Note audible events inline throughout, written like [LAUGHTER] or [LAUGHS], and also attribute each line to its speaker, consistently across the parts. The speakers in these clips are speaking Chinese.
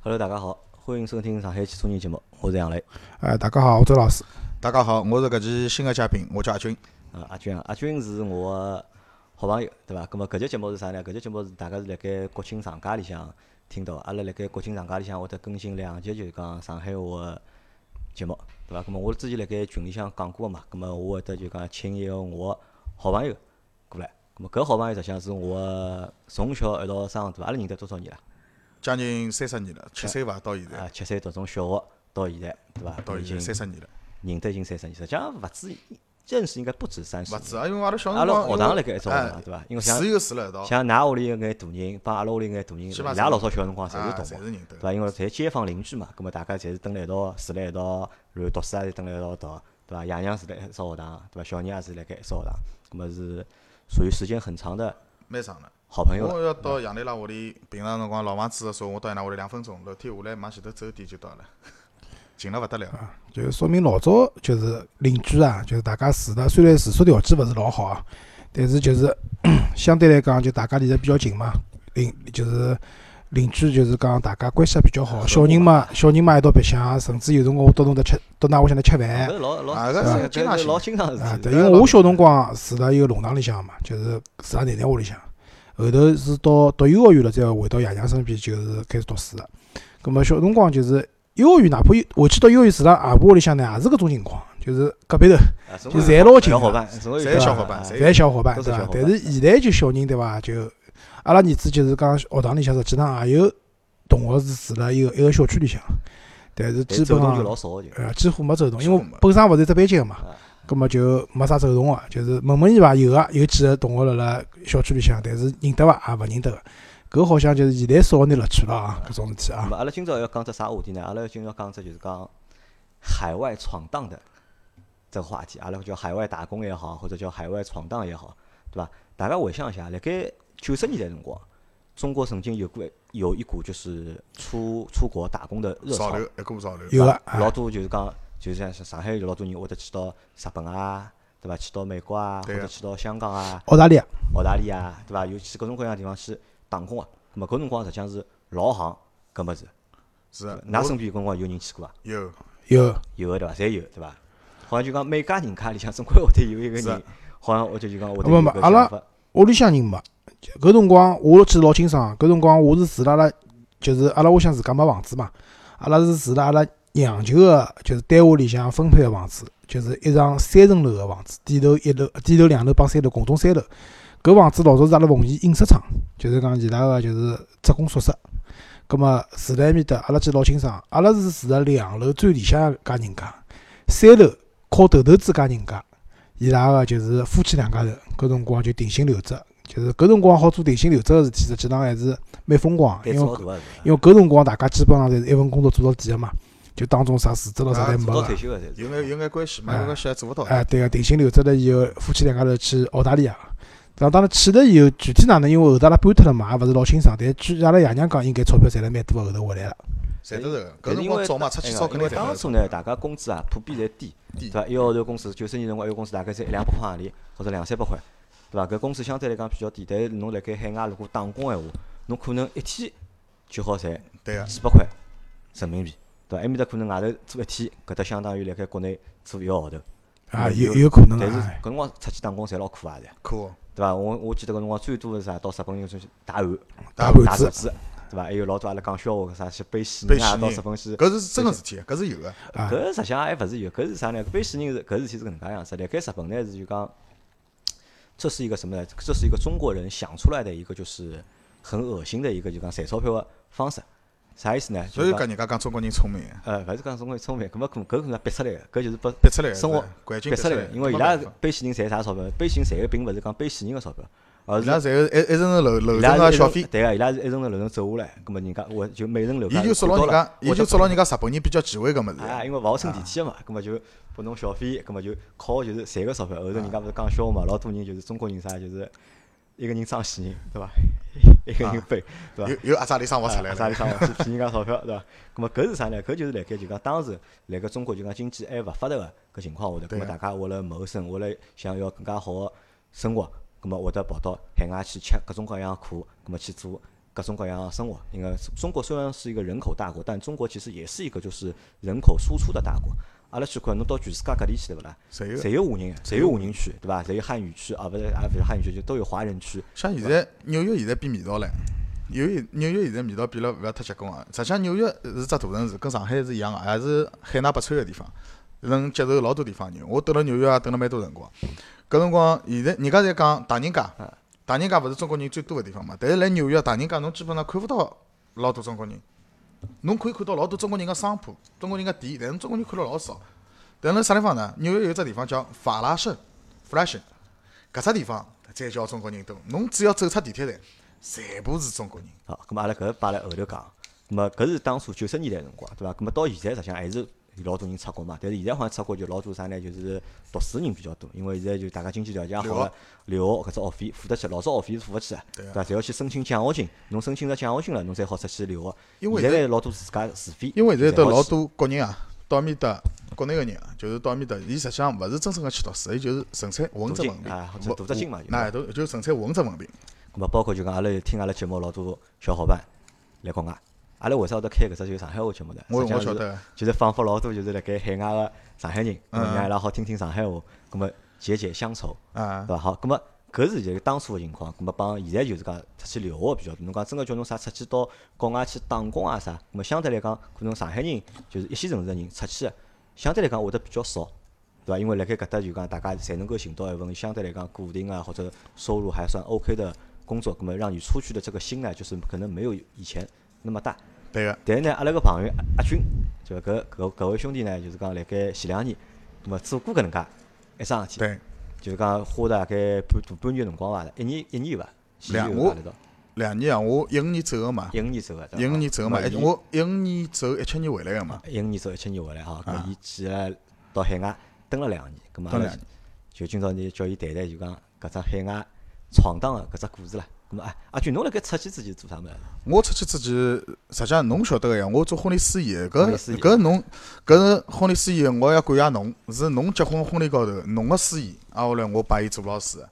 Speaker 1: Hello，大家好，欢迎收听上海汽车人节目，我是杨磊。
Speaker 2: 哎，大家好，我周老师。
Speaker 3: 大家好，我是搿期新的嘉宾，我叫阿军。
Speaker 1: 啊，阿军啊，阿军是我的好朋友，对伐？咁啊么搿节节目是啥呢？搿节节目是大家是辣盖国庆长假里向听到的，阿拉辣盖国庆长假里向会得更新两集，就是讲上海话的节目，对伐？咁么啊我之前辣盖群里向讲过个嘛，咁么我会得就讲请一个我的好朋友过来，咁么啊搿好朋友实际上是我的从小一道长大，阿拉认得多少年了？
Speaker 3: 将近三十
Speaker 1: 哎
Speaker 3: 年了，七岁伐？到现在，
Speaker 1: 啊，七岁读从小学到现在，对伐？
Speaker 3: 到
Speaker 1: 已经
Speaker 3: 现在三十年了，
Speaker 1: 认得已经三十年，实际上勿止认识应该不止三十
Speaker 3: 勿
Speaker 1: 年。
Speaker 3: 止啊，因为阿拉小
Speaker 1: 阿
Speaker 3: 辰
Speaker 1: 拉
Speaker 3: 光，
Speaker 1: 学堂辣盖一
Speaker 3: 一
Speaker 1: 道嘛，对伐？因为像
Speaker 3: 住又住了一道，
Speaker 1: 像㑚屋里有眼大人，帮阿拉屋里有眼大人，伊
Speaker 3: 基本
Speaker 1: 拉
Speaker 3: 上
Speaker 1: 老早小辰光侪是同
Speaker 3: 啊
Speaker 1: 学，
Speaker 3: 侪是认得
Speaker 1: 对伐？因为侪街坊邻居嘛，葛末大家侪是蹲辣一道，住辣一道，然后读书也是蹲辣一道读，对伐？爷娘住辣一所学堂，对伐？小人也是辣盖一所学堂，葛末是属于时间很长的
Speaker 3: 蛮长了。
Speaker 1: 好朋友了。
Speaker 3: 我要到杨澜拉屋里，平常辰光老房子的时候，我到伊拉屋里两分钟，楼梯下来往前头走一点就到了， [LAUGHS] 近了勿得了。
Speaker 1: 啊
Speaker 2: 就是说明老早就是邻居啊，就是大家住的，虽然住宿条件勿是老好啊，但是就是 [COUGHS] 相对来讲，就大家离得比较近嘛，邻就是邻居就是讲大家关系也比较好，小人嘛，小人嘛一道白相，啊甚至有辰光我到侬搭吃，到㑚屋里向来吃
Speaker 1: 搿
Speaker 2: 饭
Speaker 1: 是老老
Speaker 3: 啊搿
Speaker 1: 搿
Speaker 3: 是经常
Speaker 1: 搿是
Speaker 3: 性
Speaker 1: 老经常的
Speaker 2: 啊
Speaker 1: 事，体。
Speaker 2: 对，因为我小辰光住辣一个弄堂里向嘛，就是住辣奶奶屋里向，后头是到读幼儿园了，再回到爷娘身边，就是开始读书了。葛么小辰光就是幼儿园，哪怕有回去到幼儿园住辣阿婆屋里向呢，也是搿种情况，就是隔壁头。
Speaker 1: 啊总
Speaker 2: 就
Speaker 1: 归
Speaker 2: 侪老近
Speaker 1: 小伙
Speaker 2: 的
Speaker 1: 伴，总归有
Speaker 3: 侪
Speaker 2: 小
Speaker 3: 伙伴
Speaker 1: 啊
Speaker 3: 侪
Speaker 2: 侪小伙伴
Speaker 1: 都是
Speaker 2: 对
Speaker 1: 小
Speaker 2: 伐
Speaker 1: 伙？
Speaker 2: 但是现在就小人对伐？就阿拉儿子就是讲学堂里向实际上也有同学是住辣一个一个小区里向，但是
Speaker 1: 但
Speaker 2: 基
Speaker 1: 哎走
Speaker 2: 本
Speaker 1: 动就
Speaker 2: 上
Speaker 1: 老少的就。
Speaker 2: 呃几乎没走动，因
Speaker 3: 几
Speaker 2: 为
Speaker 3: 乎没
Speaker 2: 本身勿是一只班级个嘛
Speaker 1: 啊，
Speaker 2: 葛么就没啥走动个，啊就是问问伊伐？有个有几个同学辣辣小区里向，但是认得伐？也勿认得个。搿好像就是现在少眼乐趣了啊，搿种事体
Speaker 1: 那
Speaker 2: 啊，
Speaker 1: 么阿拉今朝要讲只啥话题呢？阿拉今朝讲只就是讲海外闯荡的这个话题，阿拉叫海外打工也好，或者叫海外闯荡也好，对伐？大家回想一下，辣盖九十年代辰光，中国曾经有过有一股就是出出国打工的热
Speaker 3: 潮
Speaker 1: 潮
Speaker 3: 流，一股潮流，
Speaker 2: 有啊个
Speaker 1: 老多就是讲，就是像上海有老多人会得去到日本啊，对伐？去到美国啊，或
Speaker 3: 对
Speaker 1: 者
Speaker 3: 个
Speaker 1: 去到香港啊，
Speaker 2: 澳大利亚
Speaker 1: 澳大利亚，对伐？有去各种各样的地方去打工啊。那么搿辰光实际上是老行搿物事，
Speaker 3: 是的
Speaker 1: 㑚
Speaker 3: 我
Speaker 1: 身边有辰光有人去过伐？
Speaker 3: 有
Speaker 2: 有
Speaker 1: 有个对伐？侪有对伐？好像就讲每家人家里向总归会得有一个
Speaker 3: 是
Speaker 1: 人，好像我就就讲我得
Speaker 2: 不
Speaker 1: 有
Speaker 2: 不
Speaker 1: 个
Speaker 2: 阿拉
Speaker 1: 想法，
Speaker 2: 屋里向人没。搿辰光我记得老清爽，啊搿辰光我是住辣阿拉，就是阿拉屋里向自家没房子嘛，阿拉是住辣阿拉娘舅个，就是单位里向分配个房子，就是一幢三层楼个房子，底头一楼、底头两楼帮三楼共总三楼。搿房子老早是阿拉凤仪印刷厂，就是讲伊拉个就是职工宿舍。葛末住辣埃面搭，阿拉记得老清爽，阿拉是住辣两楼最里向家人家，三楼靠头头子家人家。伊拉个就是夫妻两家头，搿辰光就定薪留职，就是搿辰光好做定薪留职个事体，实际上还是蛮风光的，
Speaker 1: 胆
Speaker 2: 因
Speaker 1: 子
Speaker 2: 为
Speaker 1: 老大个是伐？
Speaker 2: 因为搿辰光大家基本上侪是一份工作做到底个嘛，就当中啥辞职
Speaker 3: 啊
Speaker 2: 了啥侪没
Speaker 1: 到
Speaker 2: 个
Speaker 1: 退。休个侪是
Speaker 3: 有眼有眼关
Speaker 1: 啊
Speaker 3: 系，没
Speaker 2: 哎
Speaker 3: 有关系也做勿到。
Speaker 2: 哎，对个，定薪留职了以后，夫妻两家头去澳大利亚。当当然去了以后，具体哪能，因为后头阿拉搬脱了嘛，也勿是老清爽。但据阿拉爷娘讲，应该钞票赚了蛮多，后头回来了。
Speaker 3: 侪得是
Speaker 1: 但是
Speaker 3: 搿辰
Speaker 1: 因为
Speaker 3: 光早嘛，出
Speaker 1: 哎
Speaker 3: 去
Speaker 1: 呀
Speaker 3: 早肯
Speaker 1: 因为
Speaker 3: 定赚得
Speaker 1: 当
Speaker 3: 到
Speaker 1: 初呢，大家工资啊普遍侪低，
Speaker 3: 低
Speaker 1: 对伐？一个号头工资，九十年辰光一个工资大概才一两百块洋钿，或者两三百块，对伐？搿工资相对来讲比较低，但是侬辣盖海外如果打工闲话，侬可能一天就好赚
Speaker 3: 对啊个，
Speaker 1: 几百块人民币，对伐？埃面搭可能外头做一天，搿搭相当于辣盖国内做一个号头，
Speaker 2: 啊，
Speaker 1: 嗯
Speaker 2: 有有可能
Speaker 1: 但是
Speaker 2: 啊。
Speaker 1: 搿辰光出去打工侪老苦啊，侪。
Speaker 3: 可
Speaker 1: 对伐？我我记得搿辰光最多是啊啥？到日本有种去打碗、
Speaker 2: 打
Speaker 1: 碗、
Speaker 2: 碗
Speaker 1: 打
Speaker 2: 子
Speaker 1: 手指，对伐？还有老多阿拉讲笑话，搿啥去背死
Speaker 3: 背
Speaker 1: 人啊，
Speaker 3: 死
Speaker 1: 到
Speaker 3: 人
Speaker 1: 日本去。
Speaker 3: 搿是真个事体，搿是有个。
Speaker 2: 啊，
Speaker 1: 搿实际上还勿是有，搿是啥呢？背死人是搿事体是搿能介样子。辣盖日本呢是就讲，这是一个什么呢？这是一个中国人想出来的一个就是很恶心的一个就讲赚钞票的方式。啥意思呢？
Speaker 3: 所
Speaker 1: 就是
Speaker 3: 以讲
Speaker 1: 讲
Speaker 3: 人家讲中国人聪明，
Speaker 1: 呃，勿是讲中国人聪明，搿么搿搿可能逼出来个，搿就是拨
Speaker 3: 逼出来的
Speaker 1: 生活
Speaker 3: 是环境
Speaker 1: 逼
Speaker 3: 逼
Speaker 1: 出
Speaker 3: 出
Speaker 1: 来
Speaker 3: 来
Speaker 1: 个
Speaker 3: 的，
Speaker 1: 因为伊
Speaker 3: 没
Speaker 1: 拉
Speaker 3: 办法
Speaker 1: 背死人赚啥钞票？背死人赚个并勿是讲背死人个钞票，而
Speaker 3: 伊
Speaker 1: 是
Speaker 3: 拉侪有一一层层楼
Speaker 1: 伊
Speaker 3: 楼
Speaker 1: 拉
Speaker 3: 层
Speaker 1: 是
Speaker 3: 个
Speaker 1: 一
Speaker 3: 小
Speaker 1: 层
Speaker 3: 费，
Speaker 1: 对啊个，伊拉是一层楼楼层走下来，葛末人啊家我就每层楼
Speaker 3: 伊就捉
Speaker 1: 到
Speaker 3: 牢人
Speaker 1: 了
Speaker 3: 家，伊
Speaker 1: 我
Speaker 3: 就
Speaker 1: 就
Speaker 3: 捉牢人家日本人比较忌讳搿物
Speaker 1: 啊，
Speaker 3: 事。
Speaker 1: 因为勿好乘电梯个嘛，啊葛末就拨侬小费，葛末就靠就是赚个钞票。后
Speaker 3: 啊
Speaker 1: 头人家勿是讲笑话嘛，老多人就是中国人啥就是一个人装死人，对伐？
Speaker 3: 啊
Speaker 1: 一个人背，对伐？
Speaker 3: 有有阿扎里生活出来
Speaker 1: 啥地，
Speaker 3: 了
Speaker 1: 方去骗人啊家钞票，对伐？葛末搿是啥呢？搿就是辣盖就讲当时辣盖中国就讲经济还勿发达个搿情况下头，葛
Speaker 3: 对啊
Speaker 1: 末大家为了谋生，为了想要更加好个生活，葛末会得跑到海外去吃各种各样的苦，葛末去做各种各样的生活。因为中国虽然是一个人口大国，但中国其实也是一个就是人口输出的大国。阿拉去看，侬到全世界各地去对勿啦？
Speaker 3: 侪有。
Speaker 1: 侪有华人，侪有华人区，对伐？侪有汉语区啊，勿是啊，勿是汉语区，就都有华人区。
Speaker 3: 像现在纽约现在变味道唻，纽约纽约现在味道变了，勿要太结棍啊。实际上纽约是只大城市，跟上海是一样个，啊也是海纳百川个地方，能接受老多地方人。我蹲辣纽约也蹲了蛮多辰光，搿辰光现在人家侪讲唐人街
Speaker 1: 嗯，
Speaker 3: 唐人街勿是中国人最多个地方嘛？但是来纽约唐人街侬基本上看勿到老多中国人，侬可以看到老多中国人个商铺、中国人个店，但是中国人看了老少。但辣啥地方呢？纽约有只地方叫法拉盛 f l a s h i n 搿只地方才叫中国人多。侬只要走出地铁站，全部是中国人。
Speaker 1: 好，咁阿拉搿摆辣后头讲。咁么搿是当初九十年代辰光，对伐？咁么到现在实际上还是有老多人出国嘛，但是现在好像出国就老多啥呢？就是读书人比较多，因为现在就大家经济条件也好了，留学搿只学费付得起，老早学费是付勿起的，
Speaker 3: 对
Speaker 1: 对
Speaker 3: 啊
Speaker 1: 伐？侪要去申请奖学金，侬申请着奖学金了，侬才好出去留学。
Speaker 3: 因为
Speaker 1: 现
Speaker 3: 现
Speaker 1: 在老多自家自费，
Speaker 3: 因为现在
Speaker 1: 侪
Speaker 3: 都
Speaker 1: 好
Speaker 3: 老
Speaker 1: 去
Speaker 3: 多国人啊，到埃面搭国内个人啊，就是到埃面搭，伊实际上勿是真正个去读书，伊就是纯粹混只
Speaker 1: 镀金
Speaker 3: 文凭
Speaker 1: 啊或者，镀只金嘛就是
Speaker 3: 那都就是纯粹混只文凭。
Speaker 1: 咁么包括就讲阿拉有听阿拉节目老多小伙伴来国外，阿拉为啥要得开搿只就是上海话节目呢？
Speaker 3: 我
Speaker 1: 实际上
Speaker 3: 我晓
Speaker 1: 就是
Speaker 3: 得
Speaker 1: 就是仿佛老多就是辣盖海外个上海人，咁么让伊拉好听听上海话，咁么解解乡愁，
Speaker 3: 啊
Speaker 1: 对，伐？好，咁么搿是就是当初个情况，咁么帮现在就是讲出去留学比较多。侬讲真个叫侬啥出去到国外去打工啊啥，咁么相对来讲，可能上海人就是一线城市个人出去，啊相对来讲会得比较少。对伐？因为辣盖搿搭就讲，大家侪能够寻到一份相对来讲固定啊，或者收入还算 OK 的工作，那么让你出去的这个心啊，就是可能没有以前那么大。
Speaker 3: 对个，
Speaker 1: 但是呢，阿拉个朋友阿阿军，就搿搿搿位兄弟呢，就是讲辣盖前两年，那么做过搿能介一桩事体，
Speaker 3: 对。
Speaker 1: 就是讲花大概半大半年的辰光伐，一年一年伐，前
Speaker 3: 两
Speaker 1: 年
Speaker 3: 我
Speaker 1: 伐来到
Speaker 3: 两年啊，我一五年走个嘛，
Speaker 1: 一五年走个，对伐
Speaker 3: 一五年走个嘛，
Speaker 1: 那
Speaker 3: 一
Speaker 1: 伊
Speaker 3: 我一五年走，一七年回来个嘛。
Speaker 1: 一五年走一七年回来哈，
Speaker 3: 啊
Speaker 1: 搿伊去了到海外蹲了两年，咁嘛阿
Speaker 3: 蹲
Speaker 1: 拉
Speaker 3: 两年
Speaker 1: 就今朝你叫伊谈谈，就讲搿只海外闯荡个搿只故事啦。咁嘛，哎阿俊侬辣盖出去之前做啥物事？
Speaker 3: 我出去之前，实际上侬晓得个呀，我做婚礼司仪的，
Speaker 1: 婚
Speaker 3: 搿
Speaker 1: 礼司仪
Speaker 3: 搿侬搿是婚礼司仪，我也感谢侬，是侬结婚婚礼高头侬个司仪，挨下来我帮伊做老师，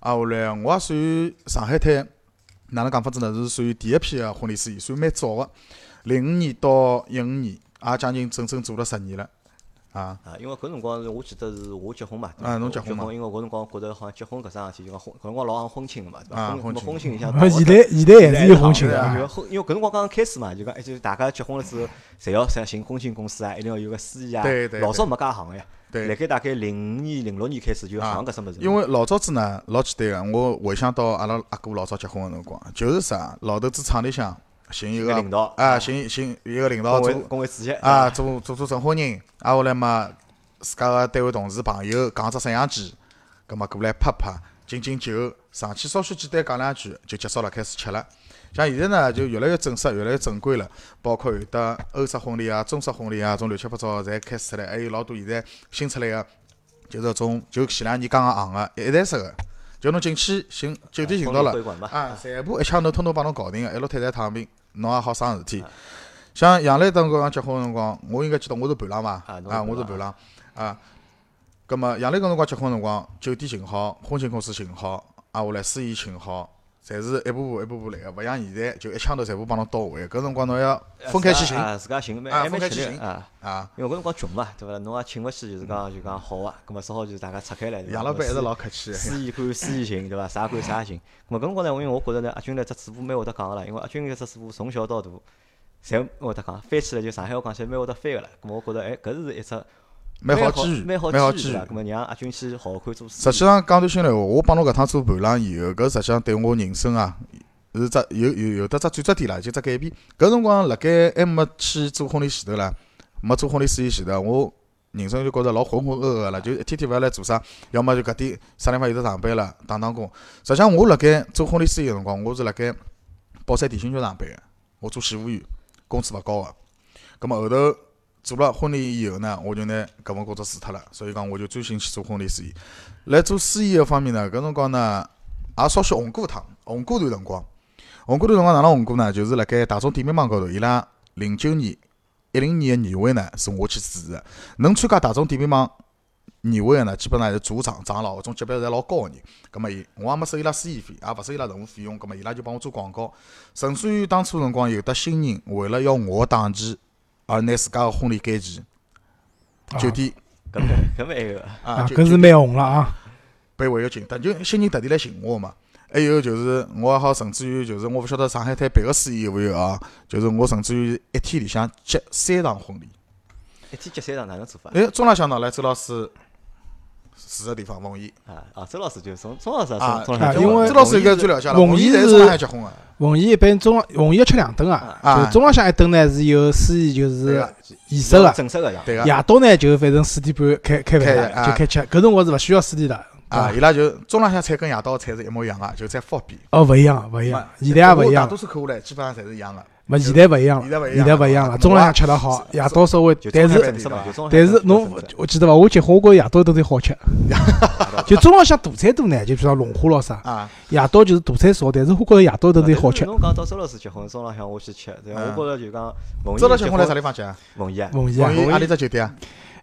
Speaker 3: 挨下来我也算上海滩，哪能讲法子呢？是属于第一批个婚礼司仪，算蛮早个，零五年到一五年，也将近整整做了十年了，啊，
Speaker 1: 啊，因为搿辰光是我记得是我结婚嘛，对
Speaker 3: 啊
Speaker 1: 伐
Speaker 3: 侬
Speaker 1: 我
Speaker 3: 结
Speaker 1: 结
Speaker 3: 婚嘛
Speaker 1: 因为搿辰光觉得好像结婚搿桩事体，就讲婚搿辰光老行婚庆个嘛，对
Speaker 3: 啊
Speaker 1: 伐？婚
Speaker 3: 婚
Speaker 1: 那么
Speaker 3: 庆
Speaker 1: 婚庆里向
Speaker 2: [LAUGHS] 现在现在还是有婚庆
Speaker 1: 对
Speaker 2: 的
Speaker 1: 啊
Speaker 2: 啊
Speaker 1: 就。讲婚因为搿辰光刚刚开始嘛，就讲哎就是大家结婚了之后，侪要啥寻婚庆公司啊，一定要有个司仪啊
Speaker 3: 对对，
Speaker 1: 老早没介行个呀。
Speaker 3: 对
Speaker 1: 辣盖大概零五年、零六年开始就
Speaker 3: 啊
Speaker 1: 行搿只物事了。
Speaker 3: 因为老早子呢，老简单个，我回想到阿拉阿哥老早结婚个辰光，就是啥，老头子厂里向寻一
Speaker 1: 一
Speaker 3: 个
Speaker 1: 个领导
Speaker 3: 啊，
Speaker 1: 啊
Speaker 3: 寻寻一个领导
Speaker 1: 工会
Speaker 3: 做
Speaker 1: 工会主席
Speaker 3: 啊，，做做做证婚人，啊，后来嘛，自家个单位同事朋友讲只摄像机，葛末过来拍拍，敬敬酒，上去稍许简单讲两句就结束了，开始吃了。像现在呢，就越来越正式，越来越正规了，包括有的欧式婚礼啊、中式婚礼啊，种乱七八糟的侪开始出来，还有老多现在新出来个，就是搿种就前两年刚刚行个一台式个，就侬进去寻酒店寻到了
Speaker 1: 婚礼。会馆嘛
Speaker 3: 啊，全部一枪头通通帮侬搞定个，一路坦坦躺平，侬也好省事
Speaker 1: 啊
Speaker 3: 体。像杨澜当刚结婚个辰光，我应该记得我是伴郎嘛，
Speaker 1: 啊侬是
Speaker 3: 啊，
Speaker 1: 伴
Speaker 3: 我是
Speaker 1: 郎
Speaker 3: 伴郎啊。葛么杨澜搿辰光结婚个辰光，酒店寻好，婚庆公司寻好，啊，下来司仪请好，侪是一步步一步步来个，勿像现在就一枪头全部帮侬到位。搿辰光侬要分开去寻
Speaker 1: 啊，自家寻蛮
Speaker 3: 啊
Speaker 1: 还蛮
Speaker 3: 分开
Speaker 1: 吃
Speaker 3: 去
Speaker 1: 力
Speaker 3: 寻
Speaker 1: 啊。
Speaker 3: 啊。
Speaker 1: 因为搿辰光穷嘛，对伐？侬也请勿起，就是讲就讲好啊，葛末只好就是大家拆开来。对伐
Speaker 3: 杨老板一
Speaker 1: 司
Speaker 3: 直老客气，
Speaker 1: 司仪管司仪行，对伐？啥管啥行。咾搿辰光呢，因为我觉着呢，阿军呢只嘴巴蛮会得讲个啦，因为阿军搿只嘴巴从小到大，侪会得讲，翻起来就上海话讲起来蛮会得翻个啦。咾我觉着，哎，搿是一只
Speaker 3: 蛮
Speaker 1: 好
Speaker 3: 机遇，
Speaker 1: 蛮
Speaker 3: 蛮
Speaker 1: 好
Speaker 3: 好
Speaker 1: 机
Speaker 3: 机
Speaker 1: 遇
Speaker 3: 遇
Speaker 1: 啦。。咾么让阿军去好好看做司
Speaker 3: 实
Speaker 1: 仪
Speaker 3: 际。上讲句心里话，我帮侬搿趟做伴郎以后，搿实际上对我人生啊，是只有有有得只转折点啦，就只改变。搿辰光辣盖还没去做婚礼前头啦，没做婚礼司仪前头，啊我人生就觉着老浑浑噩噩啦，就一天天勿晓得来做啥，要么就搿点啥地方有得上班啦，打打工。实际上我辣盖做婚礼司仪个辰光，我是辣盖宝山电信局上班个，我做洗务员，工资勿高个。葛末后头做了婚礼以后呢，我就拿搿份工作辞脱了，所以讲我就专心去做婚礼司仪。来做司仪个方面呢，搿辰光呢也稍许红过一趟，红过段辰光。红过段辰光哪能红过呢？就是辣盖大众点评网高头，伊拉零九年、一零年个年会呢，是我去主持个。能参加大众点评网年会个呢，基本上是组长、长老搿种级别侪老高个人。葛末伊，我也没收伊拉司仪费，也勿收伊拉任何费用。葛末伊拉就帮我做广告，甚至于当初辰光有得新人为了要我个档期，而拿自家个婚礼改期，酒店
Speaker 1: 搿么搿么还有
Speaker 3: 啊，
Speaker 2: 啊，
Speaker 3: 酒
Speaker 2: 搿是蛮红了啊，
Speaker 3: 被违约金，但就新人特地来寻我嘛。还有就是，我也好，甚至于就是，我勿晓得上海滩别个司仪有勿有啊？就是我甚至于一天里向结三场婚礼。
Speaker 1: 一天接三场哪能做法？
Speaker 3: 哎，中浪向呢，来周老师住个地方奉贤
Speaker 1: 啊啊，周老师就是从钟老师
Speaker 3: 啊
Speaker 1: 从钟老师
Speaker 2: 因为
Speaker 3: 周老师应该最了解了，
Speaker 2: 奉
Speaker 3: 奉贤
Speaker 2: 贤
Speaker 3: 侪是
Speaker 2: 是
Speaker 3: 中浪向结婚啊个
Speaker 2: 凤仪一般中凤仪要吃两顿啊，就
Speaker 3: 啊
Speaker 2: 是，中浪向一顿呢是有司仪就是仪式
Speaker 1: 个
Speaker 2: 个，
Speaker 1: 正式个呀。
Speaker 3: 对啊个
Speaker 2: 夜到呢就反正四点半开开饭
Speaker 3: 开
Speaker 2: 了，
Speaker 3: 啊
Speaker 2: 就开吃。搿辰光是勿需要司仪的，
Speaker 3: 啊，
Speaker 2: 对伐
Speaker 3: 伊拉就中浪向菜跟夜到个菜是一模一样个，就再复变。
Speaker 2: 哦，勿一样，勿一样，现在也勿一
Speaker 3: 大
Speaker 2: 样
Speaker 3: 多，数客户来基本上侪是一样啊个。
Speaker 2: 勿现在勿一样
Speaker 3: 现在勿
Speaker 2: 了，
Speaker 3: 一样
Speaker 2: 现在勿一样
Speaker 3: 了啊
Speaker 2: 了。中浪向吃得好，
Speaker 3: 是
Speaker 2: 夜到稍微
Speaker 1: 就，
Speaker 2: 但
Speaker 1: 中
Speaker 2: 是
Speaker 1: 山
Speaker 3: 是
Speaker 1: 正式嘛，就中山
Speaker 2: 但是
Speaker 1: 正式
Speaker 2: 侬
Speaker 1: 正式
Speaker 2: 我记得伐？我结婚，我觉着夜到都最好
Speaker 3: [LAUGHS]
Speaker 2: 吃。就中浪向大餐多呢，就比如讲龙虾咯啥，
Speaker 3: 啊，
Speaker 2: 夜到就是大餐少，但是我觉着夜到都最
Speaker 1: 啊
Speaker 2: 好
Speaker 1: 但是
Speaker 2: 吃。
Speaker 1: 侬讲到周老师结婚，钟浪向我去吃，对伐？
Speaker 3: 嗯
Speaker 1: 我觉着就讲凤仪
Speaker 3: 周老师结婚来啥
Speaker 1: 啥？
Speaker 3: 地方结啊？
Speaker 1: 凤仪啊，
Speaker 2: 凤仪啊
Speaker 3: 奉，贤阿里只酒店啊？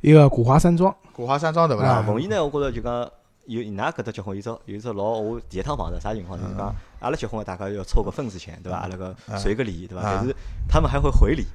Speaker 2: 一个古华山庄，
Speaker 3: 古华山庄对勿
Speaker 1: 啊，
Speaker 3: 啦？
Speaker 1: 凤仪呢，我觉着就讲有伊拉搿搭结婚，有一只有一只老我第一趟碰着啥情况呢？就
Speaker 2: 嗯
Speaker 1: 讲阿拉结婚个大家要凑个份子钱，对伐？阿拉个随个礼，对
Speaker 2: 嗯
Speaker 1: 伐？
Speaker 3: 啊
Speaker 1: 但是他们还会回礼。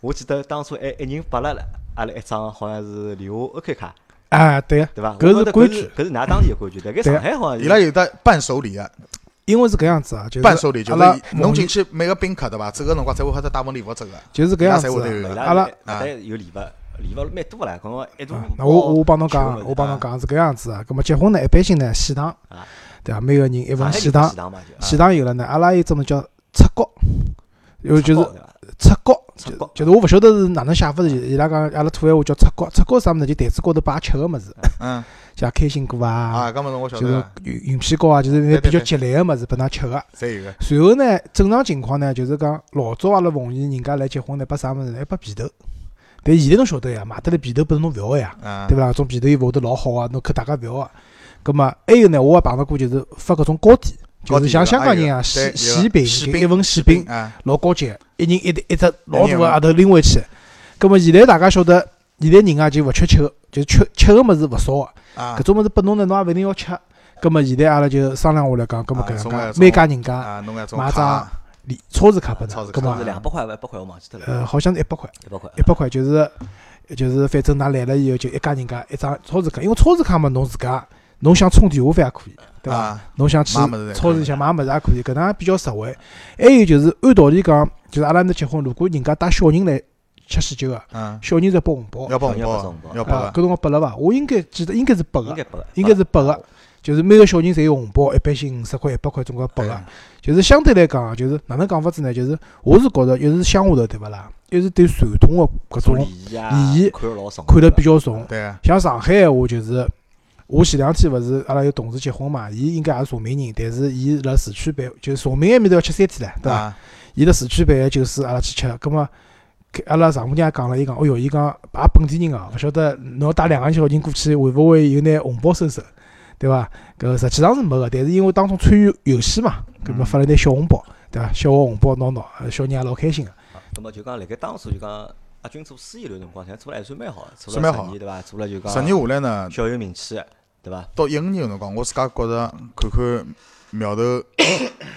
Speaker 1: 我记得当初哎还一人拨了阿拉一张好像是莲花 OK 卡，
Speaker 2: 哎，对个，
Speaker 1: 对伐？
Speaker 2: 搿
Speaker 1: 我觉
Speaker 2: 是
Speaker 1: 得
Speaker 2: 规
Speaker 1: 搿
Speaker 2: 矩
Speaker 1: 是，搿是㑚当地个规矩，但搿
Speaker 2: 对
Speaker 1: 上
Speaker 2: 啊
Speaker 1: 海好像
Speaker 3: 伊拉有得伴手礼啊个，
Speaker 2: 因为是搿样子啊，就是
Speaker 3: 伴手礼就
Speaker 2: 阿拉
Speaker 3: 是侬
Speaker 2: 凤仪
Speaker 3: 进去每个宾客对伐？走个辰光才会喝得带份礼物 [LAUGHS] 走个。
Speaker 2: 就是搿样子
Speaker 3: 伊拉才
Speaker 2: 啊
Speaker 3: 会对。
Speaker 1: 伊
Speaker 2: 阿拉
Speaker 1: 拉
Speaker 3: 啊
Speaker 1: 搿有礼物，礼物蛮多啦，搿光一大
Speaker 2: 啊
Speaker 1: 包
Speaker 2: 那我我帮侬
Speaker 1: 全
Speaker 2: 讲，
Speaker 1: 部
Speaker 2: 我帮
Speaker 3: 哦啊
Speaker 2: 侬讲是搿样子啊。葛末结婚呢，一般性呢，喜糖
Speaker 1: 啊，
Speaker 2: 对伐？每个人一
Speaker 1: 上
Speaker 2: 份
Speaker 1: 海
Speaker 2: 喜
Speaker 1: 就有
Speaker 2: 糖
Speaker 1: 喜，糖嘛，就啊
Speaker 2: 喜糖有了呢，阿拉有种么叫出糕，有就
Speaker 1: 出包
Speaker 2: 是
Speaker 1: 对伐
Speaker 2: 出糕，
Speaker 1: 出
Speaker 2: 就
Speaker 1: 糕
Speaker 2: 就是我勿晓得是哪能写法，就是伊拉讲阿拉土闲话叫出糕，出糕是啥物事？就台子高头摆吃个物事，
Speaker 3: 嗯
Speaker 2: 像开心果啊，
Speaker 3: 啊，搿么子我晓
Speaker 2: 就
Speaker 3: 得
Speaker 2: 是
Speaker 3: 了，
Speaker 2: 云云片糕啊，就是那
Speaker 3: 对对
Speaker 2: 比较
Speaker 3: 对
Speaker 2: 吉利个物事拨㑚吃个。
Speaker 3: 侪有个。
Speaker 2: 随后呢，正常情况呢，就是讲老早阿拉奉贤人家来结婚呢，拨啥物事呢？还拨皮头。但现在侬晓得呀，买得来皮头拨侬勿要个呀，
Speaker 3: 啊，
Speaker 2: 对伐？搿种皮头又会得老好啊，侬看大家勿要啊。葛末还有呢，我也碰到过，就是发搿种糕点，
Speaker 3: 糕
Speaker 2: 就是
Speaker 3: 点
Speaker 2: 像
Speaker 3: 有
Speaker 2: 香港人
Speaker 3: 哎
Speaker 2: 啊，
Speaker 3: 有
Speaker 2: 喜
Speaker 3: 对
Speaker 2: 喜
Speaker 3: 有
Speaker 2: 饼，
Speaker 3: 喜
Speaker 2: 就
Speaker 3: 饼
Speaker 2: 一份喜饼
Speaker 3: 啊，
Speaker 2: 老高级，一人一一只老
Speaker 3: 一
Speaker 2: 大
Speaker 3: 人
Speaker 2: 个
Speaker 3: 一
Speaker 2: 盒头拎回去。葛末现在大家晓得，现在人啊就勿缺吃个，就缺吃个物事勿少个。
Speaker 3: 啊
Speaker 2: 搿种物事拨侬呢，侬也勿一定要吃。葛末现在阿拉就商量下来讲，葛末
Speaker 3: 啊
Speaker 2: 搿
Speaker 3: 送
Speaker 2: 样
Speaker 3: 了
Speaker 2: 介，每
Speaker 3: 送
Speaker 2: 家人家
Speaker 3: 啊，弄个种
Speaker 2: 买
Speaker 3: 卡
Speaker 2: 张礼超市卡拨
Speaker 3: 超
Speaker 2: 㑚，
Speaker 3: 市
Speaker 2: 葛
Speaker 3: 卡
Speaker 1: 当
Speaker 2: 末
Speaker 1: 时两百块还一百块，我忘记脱了，
Speaker 2: 呃好像是一百块，
Speaker 1: 一百块。
Speaker 2: 一百块就是就是反正㑚来了以后就一家人家一张超市卡，因为超市卡嘛侬自家侬想充电话费也可以，对伐？
Speaker 3: 啊，
Speaker 2: 侬想去
Speaker 3: 买物事也可以
Speaker 2: 超市里向买物事也可以，搿能也比较实惠。还有就是按道理讲，就是阿拉那结婚，如果人家带小人来吃喜酒个，
Speaker 3: 嗯，
Speaker 2: 小人侪包红包，
Speaker 3: 要包
Speaker 1: 小人
Speaker 3: 红
Speaker 1: 要包红，包
Speaker 3: 包要包
Speaker 2: 啊，搿
Speaker 3: 个，
Speaker 2: 辰光拨了伐？我应该记得应该是拨
Speaker 1: 应
Speaker 2: 个
Speaker 1: 该，拨个，
Speaker 2: 应该是拨个，就是每个小人侪有红包，一般性五十块、一百块，总归拨个。
Speaker 3: 嗯
Speaker 2: 就是相对来讲啊，就是哪能讲法子呢？就是我是觉着，一是乡下头对勿啦，一是对传统个搿
Speaker 1: 从
Speaker 2: 种
Speaker 1: 礼仪啊，
Speaker 2: 礼仪
Speaker 1: 看得老重，
Speaker 2: 看得比
Speaker 1: 较
Speaker 2: 较重。
Speaker 3: 对啊个，
Speaker 2: 像上海闲话就是，我前两天勿是阿拉有同事结婚嘛，伊应该也是崇明人，但是伊辣市区办，就是崇明埃面头要吃三天唻，对伐？
Speaker 3: 啊，
Speaker 2: 伊辣市区办个酒水，阿拉去吃，葛末。阿拉丈母娘也讲了，伊讲，哦哟，伊讲也本地人啊，勿晓得侬带两个小人过去，会勿会有拿红包收收，对伐？搿实际上是没个，但是因为当中参与游戏嘛，搿么发了眼小红包，对伐？小红包拿拿，呃小人也老开心个。
Speaker 1: 咁么就讲辣盖当初就讲阿军做司仪楼辰光，像做了还算蛮好，做
Speaker 3: 算
Speaker 1: 了
Speaker 3: 蛮好
Speaker 1: 十年对伐？做了就讲
Speaker 3: 十年下来呢，
Speaker 1: 小有名气，对伐？
Speaker 3: 到一五年个辰光，我自家觉着看看苗头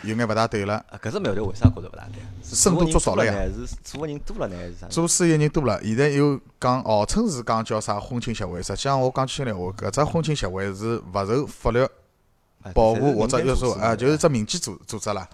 Speaker 3: 有眼勿大对了，
Speaker 1: 啊，搿只苗头为啥觉着勿大对啊？是
Speaker 3: 深
Speaker 1: 做
Speaker 3: 度
Speaker 1: 的人
Speaker 3: 做少
Speaker 1: 多
Speaker 3: 了呀
Speaker 1: 呢，是做个人多了呢，还是啥？
Speaker 3: 做司仪人多了，现在又讲号称是讲叫啥婚庆协会，实际上我讲句心里话，搿只婚庆协会是勿受法律
Speaker 1: 啊
Speaker 3: 保
Speaker 1: 侪是
Speaker 3: 护或者
Speaker 1: 民
Speaker 3: 约
Speaker 1: 间组
Speaker 3: 束
Speaker 1: 织
Speaker 3: 啊，
Speaker 1: 的
Speaker 3: 就是只民间组组织啦。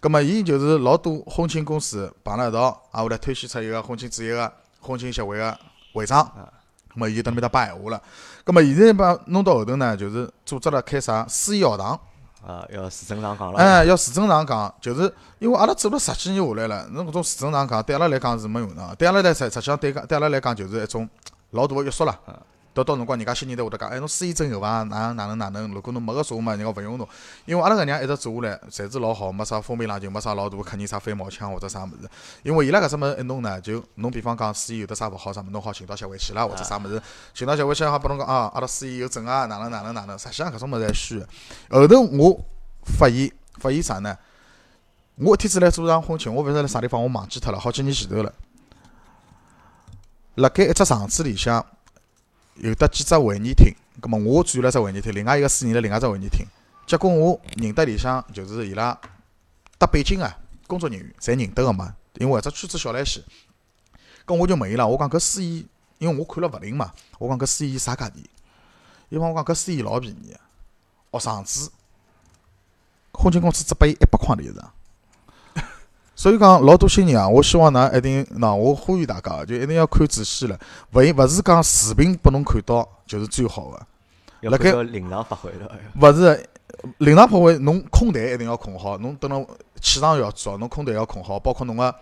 Speaker 3: 葛末伊就是老多婚庆公司碰了一道，啊，后来推选出一个婚庆主席个婚庆协会个会长，
Speaker 1: 啊
Speaker 3: 葛末伊就等面搭摆闲话了。葛末现在把弄到后头呢，就是组织了开啥司仪学堂，
Speaker 1: 啊，要市政上讲了，
Speaker 3: 哎，要市政上讲，就是因为阿拉做了十几年下来了，侬搿种市政上讲对阿拉来讲是没用的，啊对阿拉来实实际上对讲对阿拉来讲就是一种老大个约束啦。到到辰光，人家新人会得讲，哎，侬司仪证有伐？哪哪能哪能？如果侬没个做嘛，人家勿用侬。因为阿拉搿娘一直做下来，侪是老好，没啥风平浪静，没啥老大个客人啥翻毛腔或者啥物事。因为伊拉搿只物事一弄呢，就侬比方讲司仪有得啥勿好啥物事，侬好寻到协会去啦，或者啥物事，寻到协会去好帮侬讲啊，阿拉司仪有证啊，哪能哪能哪能。实际上搿种物事侪虚的。后头我发现发现啥呢？我一天子来做场婚庆，我勿晓得辣啥地方，我忘记脱了，好几年前头了。辣盖一只场子里向，有得几只会议厅，葛末啊我转了只会议厅，另外一个主任了另外只会议厅。结果我认得里向就是伊拉搭北京啊，工作人员侪认得个嘛，因为搿只圈子小来西。咁我就问伊拉，我讲搿司仪，因为我看了勿灵嘛，我讲搿司仪啥价钿？伊帮我讲搿司仪老便宜啊个，学生子，婚庆公司只拨伊一百块钿一场。 [LAUGHS] 所以讲老多新人啊，我希望㑚一定，喏，我呼吁大家，就一定要看仔细了，勿勿是讲视频拨侬看到就是最好个。
Speaker 1: 要
Speaker 3: 辣
Speaker 1: 看
Speaker 3: 盖
Speaker 1: 到临场发挥了。哎呀
Speaker 3: 勿是，临场跑位，侬空台一定要控好，侬等侬气场要足，侬空台要控好，包括侬个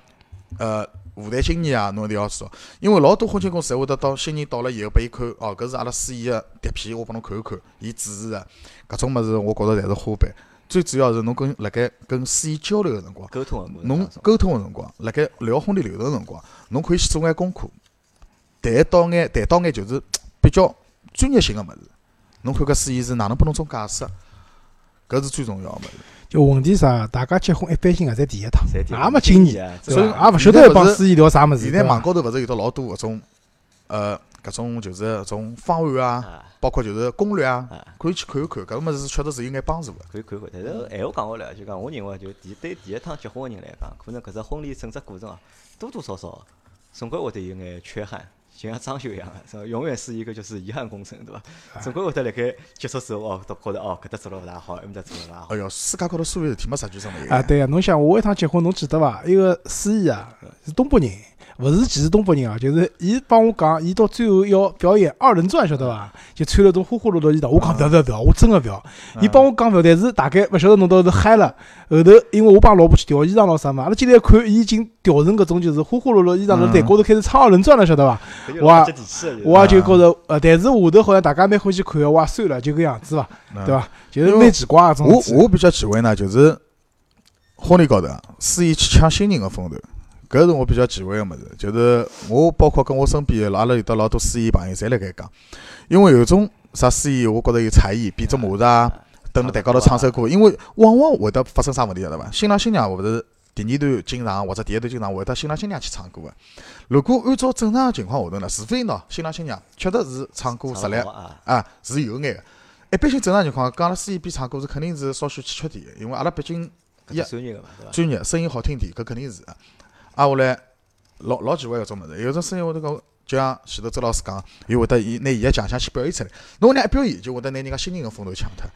Speaker 3: 呃舞台经验啊，侬一定要足。因为老多婚庆公司侪会得到新人到了以后，拨伊看，哦，搿是阿拉司仪个碟片，我帮侬看一看，伊主持个搿种物事，我觉着侪是花瓣。最主要是侬跟辣盖跟司仪交流个辰光，
Speaker 1: 沟通的啊过程
Speaker 3: 侬
Speaker 1: 当中
Speaker 3: 沟通个辰光，辣盖聊婚礼流程个辰光，侬可以去做眼功课，谈到眼谈到眼就是比较专业性个物事。侬看搿司仪是哪能拨侬种解释？搿是最重要个物事。
Speaker 2: 就问题啥，大家结婚一般性个啊侪第一趟，
Speaker 1: 侪挺
Speaker 2: 也没经验，
Speaker 1: 验，
Speaker 2: 对
Speaker 3: 所以
Speaker 2: 伐也勿晓得要帮司仪聊啥物事，
Speaker 3: 现在
Speaker 2: 对
Speaker 3: 网
Speaker 2: 伐？
Speaker 3: 高头勿是有得老多搿种呃搿种就是搿种方案啊，
Speaker 1: 啊，
Speaker 3: 包括就是攻略啊
Speaker 1: 啊，哦
Speaker 3: 可以去看一看。搿物事确实是有眼帮助个。
Speaker 1: 可以看看。但
Speaker 2: 嗯
Speaker 1: 是闲话讲回来，就讲我认为，就第对第一趟结婚个人来讲，可能搿只婚礼整只过程啊，多多少少总归会得有眼缺憾。就像装修一样的，是吧永远是一个就是遗憾工程，对伐？
Speaker 2: 哎
Speaker 1: 总归会得辣盖结束之后，哦，都觉着哦，搿搭做了勿大好，埃面搭做了勿大好
Speaker 3: 哎。哟，世界高头所有事体没十句上没有
Speaker 2: 啊，对啊，侬想我一趟结婚，侬记得伐？一个司仪啊，是东北人，勿是其实东北人啊，就是伊帮我讲，伊到最后要表演二人转，晓得伐？就穿了种花花绿绿的衣裳，我讲勿要勿要勿要，我真个勿要。伊帮我讲勿要，但是大概勿晓得弄到是嗨了。后头因为我帮老婆去调衣裳咾啥嘛，阿拉今天看伊已经调成搿种就是花花绿绿衣裳，辣台高头开始唱二人转了，晓得伐？
Speaker 1: 搿就
Speaker 2: 我
Speaker 1: 老
Speaker 2: 也
Speaker 1: 接地气了，就是
Speaker 2: 我也就觉着，呃，但是下头好像大家蛮欢喜看个，我也算了，就搿样子伐，
Speaker 3: 嗯
Speaker 2: 对伐？就是蛮奇怪个种
Speaker 3: 啊我
Speaker 2: 事体。
Speaker 3: 我比较忌讳呢，就是婚礼高头啊，司仪去抢新人个风头，搿是我比较忌讳个物事。就是我包括跟我身边的阿拉有得老多司仪朋友，侪辣盖讲，因为有种啥司仪，我觉着有才艺，变只马啊，蹲辣台高头唱首歌，因为往往会得发生啥问题，晓得伐？新郎新娘勿是第二段进场或者第一段进场会得新郎新娘去唱歌个。如果按照正常的情况下头呢，除非喏新郎新娘确实是唱歌实力
Speaker 1: 唱得好啊，
Speaker 3: 啊，是有眼个。一般性正常情况，讲了 C 边唱歌是肯定是稍许欠缺点个，因为阿拉毕竟
Speaker 1: 搿是专业个嘛，对伐？
Speaker 3: 专业，声音好听点，搿肯定是的。啊，后来老老奇怪搿种物事，有种声音会得讲，就像前头周老师讲，伊会得伊拿伊个强项去表现出来。侬俩一表演，就会得拿人家新人个风头抢脱。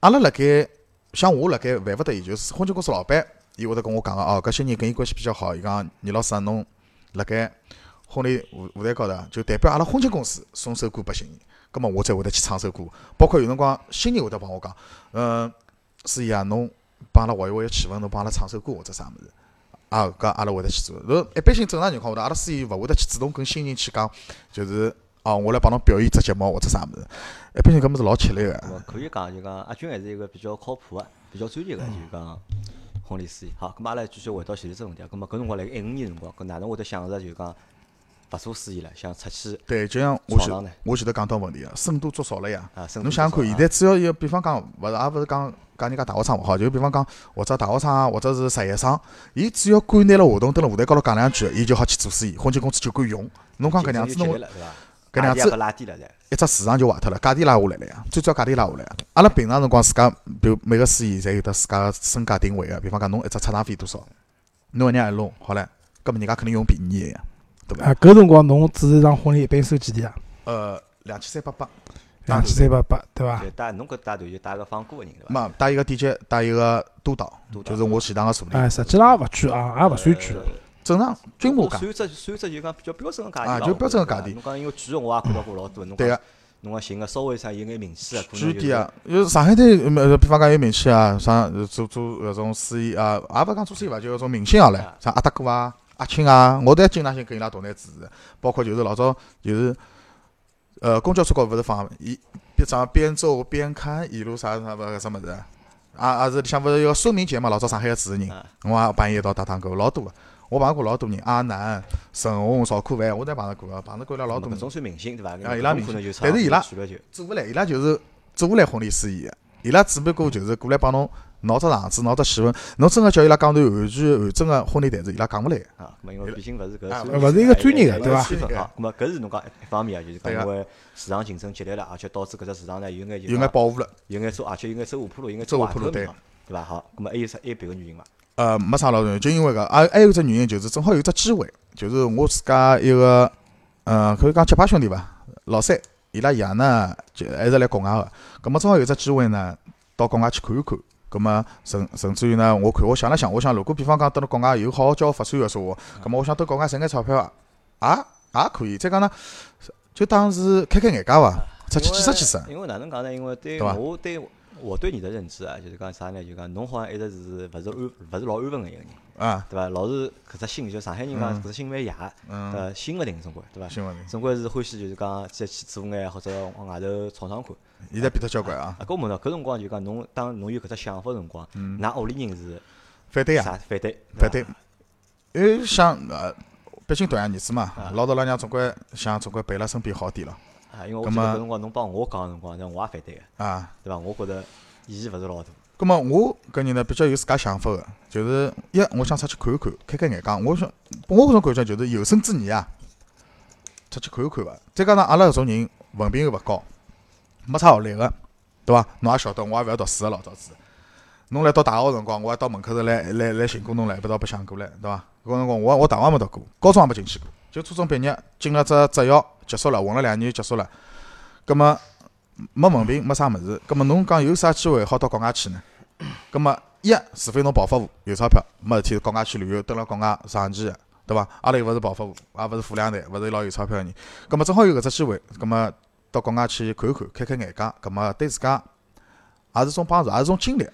Speaker 3: 阿拉辣盖像我辣盖烦勿得伊，就是婚庆公司老板，伊会得跟我讲个哦，搿新人跟伊关系比较好，伊讲倪老师啊，侬辣盖婚礼舞舞台高头啊就代表阿拉婚庆公司送首歌拨新人，葛末我才会得去唱首歌。包括有辰光新人会得帮我讲，嗯，司仪啊，侬帮阿拉活跃活跃气氛，侬帮阿拉唱首歌或者啥物事。啊，搿阿拉会得去做。然后一般性正常情况下头，阿拉司仪勿会得去主动跟新人去讲，就是啊，我来帮侬表演只节目或者啥物事。一般性搿物事老吃力
Speaker 1: 那么
Speaker 3: 个。
Speaker 1: 可以讲就讲阿军还是一个比较靠谱个、比较专业个，
Speaker 3: 嗯
Speaker 1: 就是讲婚礼司仪。好，咁么阿拉继续回到前头只问题啊。咁么搿辰光辣盖一五年辰光，搿哪能会得想着就讲勿做司仪了，想出去
Speaker 3: 对，就像我
Speaker 1: 闯
Speaker 3: 前
Speaker 1: 荡呢？
Speaker 3: 我前头讲到问题个，深度做少了呀。
Speaker 1: 啊，深度
Speaker 3: 侬想想
Speaker 1: 做
Speaker 3: 看，
Speaker 1: 啊
Speaker 3: 现在只要有，比方讲，勿是也勿是讲讲人家大学生勿好，就比方讲或者大学生啊，或者是实习生，伊只要敢拿了话筒蹲辣舞台高头讲两句，伊就好去做司仪，婚庆公司就敢用。侬讲搿能样子，
Speaker 1: 竞争就
Speaker 3: 侬
Speaker 1: 激烈了对伐？
Speaker 3: 搿能
Speaker 1: 价
Speaker 3: 样
Speaker 1: 钿也
Speaker 3: 子
Speaker 1: 不拉低了噻。
Speaker 3: 一只市场就坏脱了，价钿拉下来了呀，最主要价钿拉下来呀。阿拉平常辰光自家，比如每个司仪侪有得自家个身价定位啊个，比方讲侬一只出场费多少，侬一年一弄好了，搿么人家肯定用便宜个呀，对伐？
Speaker 2: 啊，搿辰光侬主持一场婚礼一般收几钿啊？
Speaker 3: 呃，两千三百八，
Speaker 2: 两千三百八，对伐
Speaker 1: 就？带侬搿带团就带个放歌个人对伐？
Speaker 3: 啊嘛带一个 DJ，带一个督导，
Speaker 1: 督导
Speaker 3: 就是我前堂个助理，
Speaker 2: 哎，实际上也勿贵啊，也勿算贵。
Speaker 3: 正常均
Speaker 1: 我
Speaker 3: 价讲。
Speaker 1: 呃算只算只就讲比较标准个价钿
Speaker 3: 啊
Speaker 1: 吧
Speaker 3: 就
Speaker 1: 我
Speaker 3: 标
Speaker 1: 觉
Speaker 3: 准
Speaker 1: 得对伐侬讲因为
Speaker 3: 个价钿
Speaker 1: 贵个我也看到过老多，侬
Speaker 3: 对
Speaker 1: 讲
Speaker 3: 个
Speaker 1: 侬讲寻个稍微啥有眼名气个，可
Speaker 3: 据
Speaker 1: 能就是
Speaker 3: 点啊，有上海滩，呃，比方讲有明星啊，啥做做搿种司仪啊，也勿讲做司仪伐，就搿种明星啊唻
Speaker 1: 啊，
Speaker 3: 啥阿达哥啊、阿青啊，我都要经常性跟伊拉同台主持，包括就是老早就是，呃，公交车高头勿是放，伊边上边走边看一路啥啥勿啥物事啊，啊啊是里向勿是有个孙明杰嘛，老早上海个主持人
Speaker 1: 啊，
Speaker 3: 我也帮伊一道搭档过，老多个，我碰到过老多人，阿南、陈红、邵可凡，我侪碰到过，碰到过伊拉老多
Speaker 1: 搿
Speaker 3: 人。
Speaker 1: 种算明星对伐？
Speaker 3: 啊伊拉明
Speaker 1: 可能就差
Speaker 3: 星但是伊拉
Speaker 1: 去了就
Speaker 3: 做勿来，伊拉就是做勿来婚礼司仪个，伊拉只不过就是过来帮侬闹只场子，闹只气氛，侬真个叫伊拉讲段完全完整个婚礼台词，伊拉讲勿来。
Speaker 1: 啊，咁么因为毕竟勿是搿
Speaker 3: 啊
Speaker 1: 专业
Speaker 2: 勿是一个专业
Speaker 3: 的
Speaker 1: 个
Speaker 3: 对吧
Speaker 1: 区分啊，咁么搿是侬讲一方面啊，就是讲
Speaker 3: 对啊
Speaker 1: 因为市场竞争激烈了，而且导致搿只市场呢有眼就
Speaker 3: 有眼
Speaker 1: 讲
Speaker 3: 保护了，
Speaker 1: 有眼走，而且有眼走下坡路，有眼
Speaker 3: 走下
Speaker 1: 坏
Speaker 3: 坡
Speaker 1: 脱
Speaker 3: 路对
Speaker 1: 嘛，对伐？好，咁么还有啥还有别个原因伐？
Speaker 3: 呃，没啥老大，就因为搿，啊还还有一只原因就是正好有只机会，就是我自家一个，呃，可以讲结拜兄弟伐，老三，伊拉爷呢就还是来国外个，葛末正好有只机会呢，到国外去看一看。葛末甚甚至于呢，我看我想了想，我想如果比方讲到了国外有好好叫我发展个说话，葛末我想到国外赚眼钞票啊，也也可以。再讲呢，就当是开开眼界伐，出去见识见识。
Speaker 1: 因为因为哪能讲呢？因为对
Speaker 3: 对吧
Speaker 1: 我对我我对你的认知啊，就是讲啥呢？就讲侬好像一直是勿是安勿是老安分个一个人，
Speaker 3: 啊，
Speaker 1: 对伐？老是搿只心，就上海人讲搿只心蛮野，
Speaker 3: 嗯，
Speaker 1: 呃，心勿定总归，对伐？
Speaker 3: 新闻里，
Speaker 1: 总归是欢喜就是讲再去做眼或者往外头闯闯看。
Speaker 3: 现在变脱交关啊，
Speaker 1: 啊，搿我问到搿辰光就讲侬当侬有搿只想法的辰光，㑚屋里人是
Speaker 3: 反嗯对啊。
Speaker 1: 啥反对？
Speaker 3: 反
Speaker 1: 对
Speaker 3: 对
Speaker 1: 伐，
Speaker 3: 因为想呃，毕竟独生儿子嘛
Speaker 1: 啊，
Speaker 3: 老大老娘总归想总归陪辣身边好点咯，
Speaker 1: 啊，因为我
Speaker 3: 葛
Speaker 1: 记得
Speaker 3: 么
Speaker 1: 搿辰光侬帮我讲个辰光，那我也反对个，
Speaker 3: 啊。
Speaker 1: 对伐？我觉着意义勿是老大。
Speaker 3: 葛么我搿人呢比较有自家想法个，就是一我想出去看一看，开开眼界。我想我搿种感觉就是有生之年啊，出去看一看伐。再加上阿拉搿种人文凭又勿高，没啥学历个，对伐？侬也晓得，我也勿要读书个老早子。侬来到大学个辰光，我还到门口头来来来寻过侬来，勿道白相过来，对伐？搿辰光我我大学也没读过，高中也没进去过，就初中毕业进了只职校，结束了，混了两年就结束了。葛么没文凭，没啥物事，葛么侬讲有啥机会好到国外去呢？葛么一，除非侬暴发户有钞票，没事体国外去旅游，蹲辣国外长期的，对伐？阿拉又勿是暴发户，也勿是富两代，勿是老有钞票的人。葛么正好有搿只机会，葛么到国外去看一看，开开眼界，葛么对自家也是种帮助，也是种经历。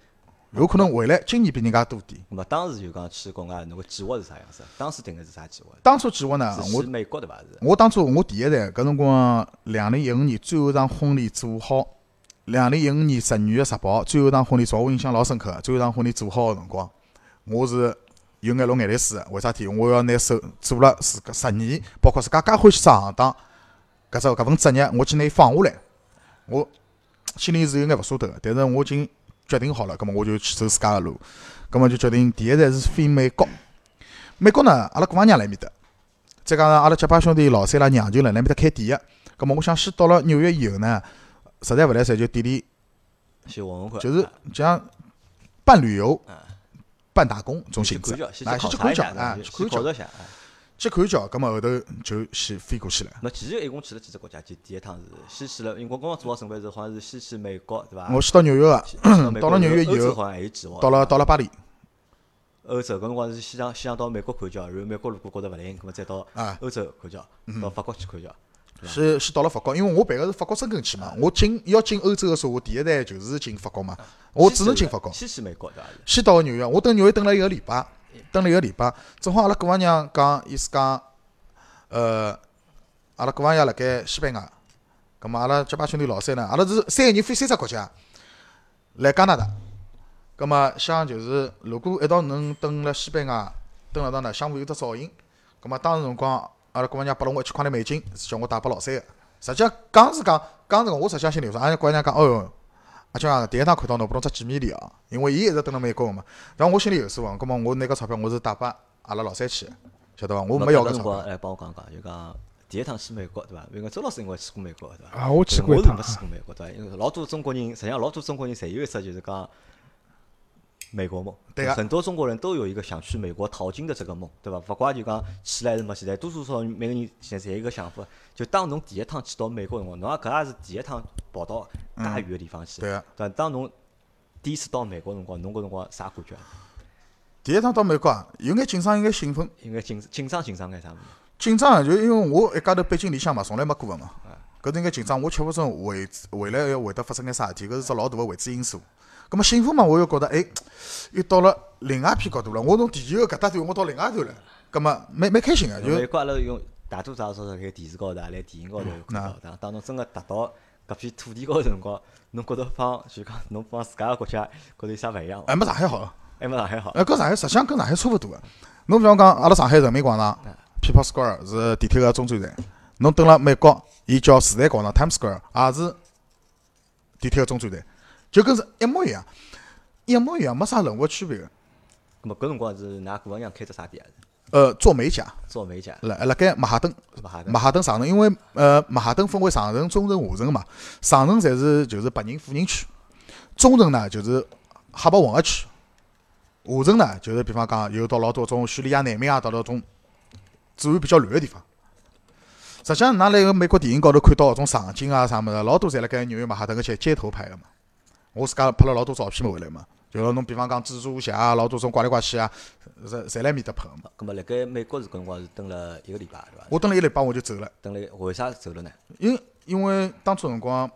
Speaker 3: 有可能回来经验比人家多点。
Speaker 1: 咁么当时就讲去国外，侬个计划是啥样子？当时定个是啥计划？
Speaker 3: 当初计划呢，
Speaker 1: 是
Speaker 3: 啊我
Speaker 1: 去美国对伐？是
Speaker 3: 我当初我第一站搿辰光，两零一五年最后一场婚礼做好，两零一五年十二月十八号最后一场婚礼做好，我印象老深刻的。最后一场婚礼做好个辰光，我是有眼落眼泪水的。为啥体？我要拿手做了自家十年，包括自家介欢喜只行当，搿只搿份职业，我去拿伊放下来，我心里是有眼勿舍得个。但是我已经决定好了，葛末我就去走自家个路。葛末就决定第一站是飞美国。美国呢，阿拉姑妈娘辣埃面搭。再加上阿拉结拜兄弟老三拉娘舅辣那面搭开店个，葛么我想先到了纽约以后呢，实在勿来塞就店里
Speaker 1: 去混混看，
Speaker 3: 就是
Speaker 1: 啊
Speaker 3: 就像半旅游
Speaker 1: 嗯、
Speaker 3: 半打工种性
Speaker 1: 去
Speaker 3: 质
Speaker 1: 看，叫，先
Speaker 3: 啊，
Speaker 1: 去
Speaker 3: 先去
Speaker 1: 考察
Speaker 3: 看
Speaker 1: 一下，
Speaker 3: 叫啊，
Speaker 1: 对
Speaker 3: 去
Speaker 1: 伐去
Speaker 3: 看
Speaker 1: 考
Speaker 3: 叫，
Speaker 1: 察一下。啊
Speaker 3: 去看叫，葛么后头就先飞过去了。
Speaker 1: 那其实一共去了几只国家？就第一趟是先去了英国，刚刚做好准备是好像是先去美国对伐？
Speaker 3: 我先到纽约个，
Speaker 1: 去到美国
Speaker 3: 到了纽约以后
Speaker 1: 欧洲好像也有计划。
Speaker 3: 到了到了巴黎
Speaker 1: 欧洲搿辰光是先想先想到美国看叫，然后美国如果觉着勿灵，葛末再到
Speaker 3: 啊，
Speaker 1: 欧洲看叫，到法国去看叫。对吧啊
Speaker 3: 是是到了法国，因为我办个是法国申根签嘛，我进要进欧洲个时候，我第一站就是进法国嘛，我只能进法国。
Speaker 1: 先去美国对伐？
Speaker 3: 先到个纽约，我等纽约等了一个礼拜，等了一个礼拜，正好阿拉姑妈娘讲，意思讲，呃，阿拉姑妈爷辣盖西班牙，葛末阿拉结拜兄弟老三呢，阿拉是三个人飞三只国家，来加拿大，葛末想就是如果一道能蹲辣西班牙蹲辣当呢，想会有只造型，葛末啊当时辰光阿拉姑妈娘拨了我一千块钿美金，是叫我带拨老三个，实际上讲是讲讲是讲，我实际上心里有数，阿拉姑妈娘讲，哦哟。阿强啊，第一趟看到侬，拨侬只见面礼哦，因为伊一直蹲辣美国个嘛。然后我心里有数哦，葛末我拿搿钞票我是带拨阿拉老三去的，晓得伐？我
Speaker 1: 那
Speaker 3: 没要
Speaker 1: 搿
Speaker 3: 搿
Speaker 1: 辰
Speaker 3: 钞
Speaker 1: 光
Speaker 3: 票，
Speaker 1: 哎来帮我讲讲，就讲第一趟去美国对伐？因为周老师应该去过美国对伐？
Speaker 2: 啊，我去过一
Speaker 1: 我是
Speaker 2: 趟
Speaker 1: 没，去过美国对伐？因为老多中国人，实际上老多中国人侪有一只就是讲美国梦。
Speaker 3: 对啊
Speaker 1: 很多中国人都有一个想去美国淘金的这个梦，对伐？勿怪就讲去了还是没去来，多多少少每个人现在侪有一个想法。就当侬第一趟去到美国辰光，侬也搿也是第一趟跑到介远个地方去，
Speaker 3: 对啊个。
Speaker 1: 伐？当侬第一次到美国辰光，侬搿辰光啥感觉啊？
Speaker 3: 第一趟到美国啊，有眼紧张，有眼兴奋。
Speaker 1: 应该紧紧张紧张眼啥物事？
Speaker 3: 紧张啊就因为我一家头背井离乡嘛，从来没过个嘛，搿是应该紧张。我吃勿准回回来要会得发生眼啥事体，搿是只老大个未知因素。葛末兴奋嘛，我又觉得哎，又到了另外一片角度了。我从地球搿搭端，我到另外一端了，葛末蛮蛮开心个，啊就
Speaker 1: 因为阿拉用大多数少辣盖电视高头啊，辣电影高头看
Speaker 3: 嗯
Speaker 1: 到，当当侬真个踏到搿片土地高头辰光，侬觉得帮就讲侬帮自家个国家觉得有啥勿一样伐？
Speaker 3: 还没上海好。
Speaker 1: 还没上海好，
Speaker 3: 哎，跟上海实际上跟上海差勿多个。侬比方讲，阿拉上海人民广场 People Square 是地铁个中转站，侬蹲辣美国，伊叫时代广场 Times Square，也是地铁个中转站，就跟是一模一样。一模一样，没啥任何区别个。
Speaker 1: 咁么搿辰光是㑚姑娘开只啥店啊？
Speaker 3: 呃，做美甲，
Speaker 1: 做美甲，
Speaker 3: 辣辣盖曼哈顿，
Speaker 1: 是吧？哈
Speaker 3: 曼哈顿上城，因为呃曼哈顿分为上城、中城、下城嘛。上城侪是就是白人富人区，中城呢就是黑白混合区，下城呢就是比方讲有到老多种叙利亚难民啊，到老种治安比较乱个地方。实际上，㑚辣个美国电影高头看到搿种场景啊啥物事，老多侪辣盖纽约曼哈顿个街街头拍个嘛。我自家拍了老多照片嘛回来嘛，就是侬比方讲蜘蛛侠啊，老多种怪来怪去啊，侪侪辣面搭拍个嘛。
Speaker 1: 咁么辣盖美国是搿辰光是蹲了一个礼拜，对伐？
Speaker 3: 我蹲了一礼拜我就走了。
Speaker 1: 蹲了为啥走了呢？
Speaker 3: 因因为当初辰光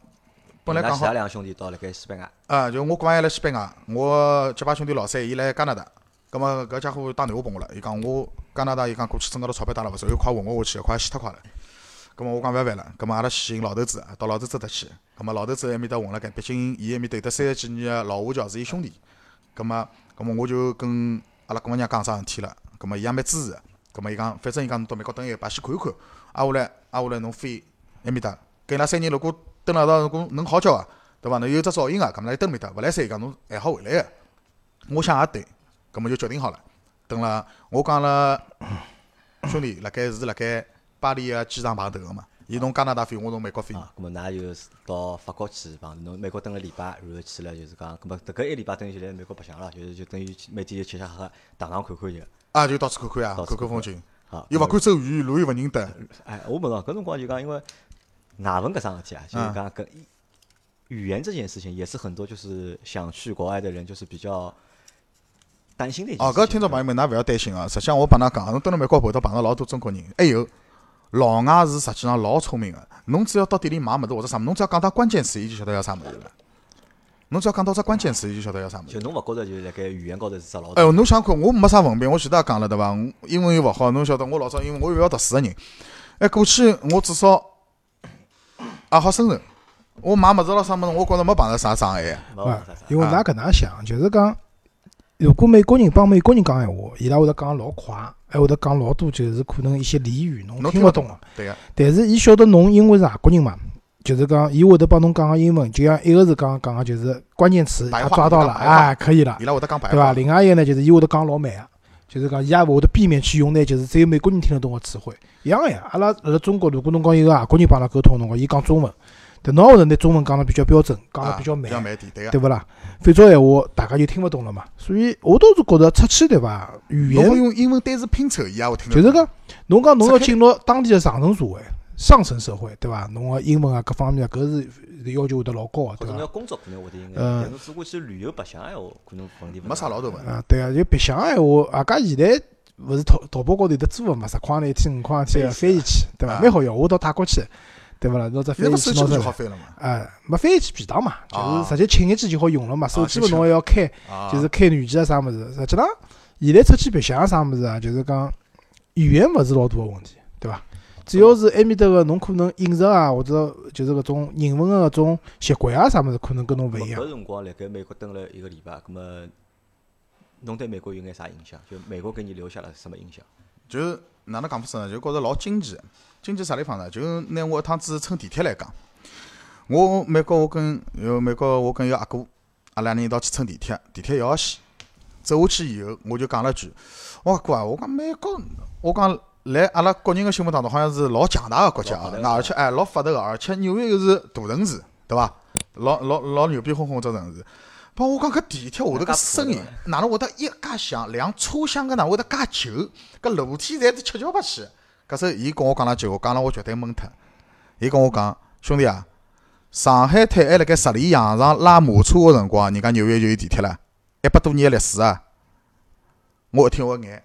Speaker 3: 本来
Speaker 1: 㑚
Speaker 3: 讲
Speaker 1: 其
Speaker 3: 好
Speaker 1: 他两兄弟到辣盖西班牙，
Speaker 3: 啊，就我哥还来西班牙，我结拜兄弟老三伊来加拿大，葛末搿家伙打电话拨我了，伊讲我加拿大伊讲过去挣搿头钞票打了勿少，又快混我下去，快死脱快了。葛末我讲勿要烦了，葛啊末阿拉去寻老头子，到老头子搭去。葛末老头子埃面搭混了该，毕竟伊埃面搭有得三十几年个老华侨是伊兄弟。葛末葛末啊我就跟阿拉姑娘讲啥事体了，葛末伊也蛮支持个。葛啊末伊讲，反正伊讲侬到美国蹲一排先看一看，挨下啊来挨下来侬飞埃面搭，跟伊拉三人如果蹲了一道，如果能好叫啊，对伐？侬有只照应啊，搿么来蹲面搭，勿来三伊讲侬还好回来个。我想也对，搿么就决定好了。等了，我讲了，兄弟，辣盖是辣盖巴黎个机场碰头个嘛，伊从加拿大飞，我从美国飞。
Speaker 1: 啊，咁么㑚就到法国去，帮侬美国蹲个礼拜，然后去了就是讲，咁么迭个一礼拜等于就来美国白相了，就是就等于去每天就吃吃喝喝，荡荡看看就。
Speaker 3: 啊，就到处看看啊
Speaker 1: 到，处
Speaker 3: 看看风景，
Speaker 1: 好，
Speaker 3: 又勿敢走远，路又勿认得。
Speaker 1: 哎，我问侬，搿辰光就讲，因为外文搿桩事体啊，
Speaker 3: 嗯
Speaker 1: 就是讲跟语言这件事情，也是很多就是想去国外的人就是比较担心的一件
Speaker 3: 哦，
Speaker 1: 事情。
Speaker 3: 搿听众朋友们，㑚勿要担心啊。实际上，我帮㑚讲，侬蹲辣美国碰到碰到老多中国人，还有老外是实际上老聪明个。侬只要到店里买物事或者啥物事，侬只要讲到关键词，伊就晓得要啥物事了。侬只要讲到只关键词，伊就晓得要啥物事
Speaker 1: 就。侬勿觉着就是辣盖语言高头是只老
Speaker 3: 哎
Speaker 1: 大
Speaker 3: 呦，侬想看，我没啥文凭，我前头也讲了对伐？我英文又勿好，侬晓得我老早英文我又勿要读书个人。哎，过去我至少也好生存。我买物事咯啥物事，我觉着没碰着啥障碍啊。
Speaker 1: 没
Speaker 2: 啊
Speaker 1: 啥啥，
Speaker 2: 因为㑚搿能想，就是讲，如果美国人帮美国人讲闲话，伊拉会得讲老快，还会得讲老多，就是可能一些俚语侬
Speaker 3: 侬
Speaker 2: 听
Speaker 3: 听
Speaker 2: 勿
Speaker 3: 勿
Speaker 2: 懂啊
Speaker 3: 懂
Speaker 2: 个。
Speaker 3: 对啊个，
Speaker 2: 但是伊晓得侬因为是外国人嘛，就是讲伊会得帮侬讲个英文，就像一个是讲讲个就是关键词，
Speaker 3: 白
Speaker 2: 他
Speaker 3: 话
Speaker 2: 抓到了，
Speaker 3: 白话
Speaker 2: 哎，可以了
Speaker 3: 伊，拉会得讲白
Speaker 2: 对伐？
Speaker 3: 话。
Speaker 2: 另外一个呢，就是伊会得讲老慢个，就是讲伊也勿会得避免去用那就是只有美国人听得懂个词汇。一样个呀，阿拉辣辣中国，如果侬讲一个外国人帮阿拉沟通，侬讲伊讲中文，但侬也会得拿中文讲得比较标准，讲得
Speaker 3: 啊
Speaker 2: 比较慢
Speaker 3: 比。较慢一点，对个。
Speaker 2: 对勿啦？非洲闲话大家就听勿懂了嘛，所以我倒是觉着出去对伐？语
Speaker 3: 侬会
Speaker 2: 言
Speaker 3: 用英文单词拼凑，伊也会听得
Speaker 2: 就是
Speaker 3: 懂。
Speaker 2: 讲，侬讲侬要进入当地的上层社会、上层社会，对伐？侬个英文啊各方面啊，搿是要求会得老高个，
Speaker 3: 哎
Speaker 1: 或者
Speaker 2: 对
Speaker 3: 啊
Speaker 1: 侬要
Speaker 2: 伐？
Speaker 1: 工作可能会得应该，
Speaker 2: 呃
Speaker 1: 但侬如果去旅游白相闲话，可能问题勿
Speaker 3: 没啥
Speaker 1: 大
Speaker 3: 老大问题。
Speaker 2: 啊，对啊，就白相闲话，外加现在勿是淘淘宝高头有得租个嘛，十块钿一天、五块钿一天翻译器，对伐？
Speaker 3: 啊
Speaker 2: 蛮好用，我到泰国去，对勿啦？拿只翻译
Speaker 3: 现在么
Speaker 2: 器
Speaker 3: 手机
Speaker 2: 拿
Speaker 3: 不
Speaker 2: 出
Speaker 3: 就好
Speaker 2: 来。
Speaker 3: 翻了嘛？
Speaker 2: 啊，没翻译器便当嘛，就
Speaker 3: 啊
Speaker 2: 是直接请一记就好用了嘛。手机嘛，
Speaker 3: 就
Speaker 2: 侬还要开，
Speaker 3: 啊
Speaker 2: 就是开软件啊啥物事。实际浪现在出去白相啊啥物事啊，就是讲语言勿是老大个问题，对伐？主要是埃面搭个侬可能饮食啊，或者就是搿种人文个搿种习惯啊啥物事，可能跟侬勿
Speaker 1: 咁
Speaker 2: 一样
Speaker 1: 搿。辰光辣盖美国蹲了一个礼拜，咁么侬对美国有眼啥印象？就美国给你留下了什么印象？
Speaker 3: 就是哪能讲法子呢？就觉着老经济。经济啥地方呢？就拿我一趟子乘地铁来讲，我美国我跟有美国我跟一个阿哥，阿拉两人一道去乘地铁，地铁一号线。走下去以后，我就讲了句：“我阿哥啊，我讲美国，我讲来阿拉国人的心目当中，好像是老强大的国家
Speaker 1: 老发
Speaker 3: 啊
Speaker 1: 达，的
Speaker 3: 那而且哎老发达个，而且纽约又是大城市，对伐？老老老牛逼哄哄只城市。帮我讲搿地铁下头搿声音
Speaker 1: 那家破，
Speaker 3: 哪能会得一介响，两车厢搿哪会得介旧，搿楼梯侪是七窍八起。搿时候伊跟我讲了句，我讲了我绝对懵脱。伊跟我讲，兄弟啊，上海滩还辣盖十里洋场拉马车个辰光，人家纽约就有地铁了，一百多年个历史啊。我一听我眼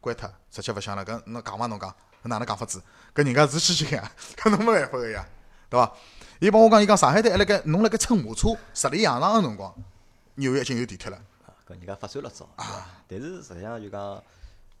Speaker 3: 关脱，直接勿想了。搿侬讲伐？侬讲，搿哪能讲法子？搿人家是先进 [LAUGHS] 啊，搿侬没办法个呀，对伐？伊帮我讲，伊讲上海滩还辣盖侬辣盖乘马车十里洋场个辰光，纽约已经有地铁了。
Speaker 1: 啊，搿人家发展了早，对伐？
Speaker 3: 啊
Speaker 1: 但是实际上就讲，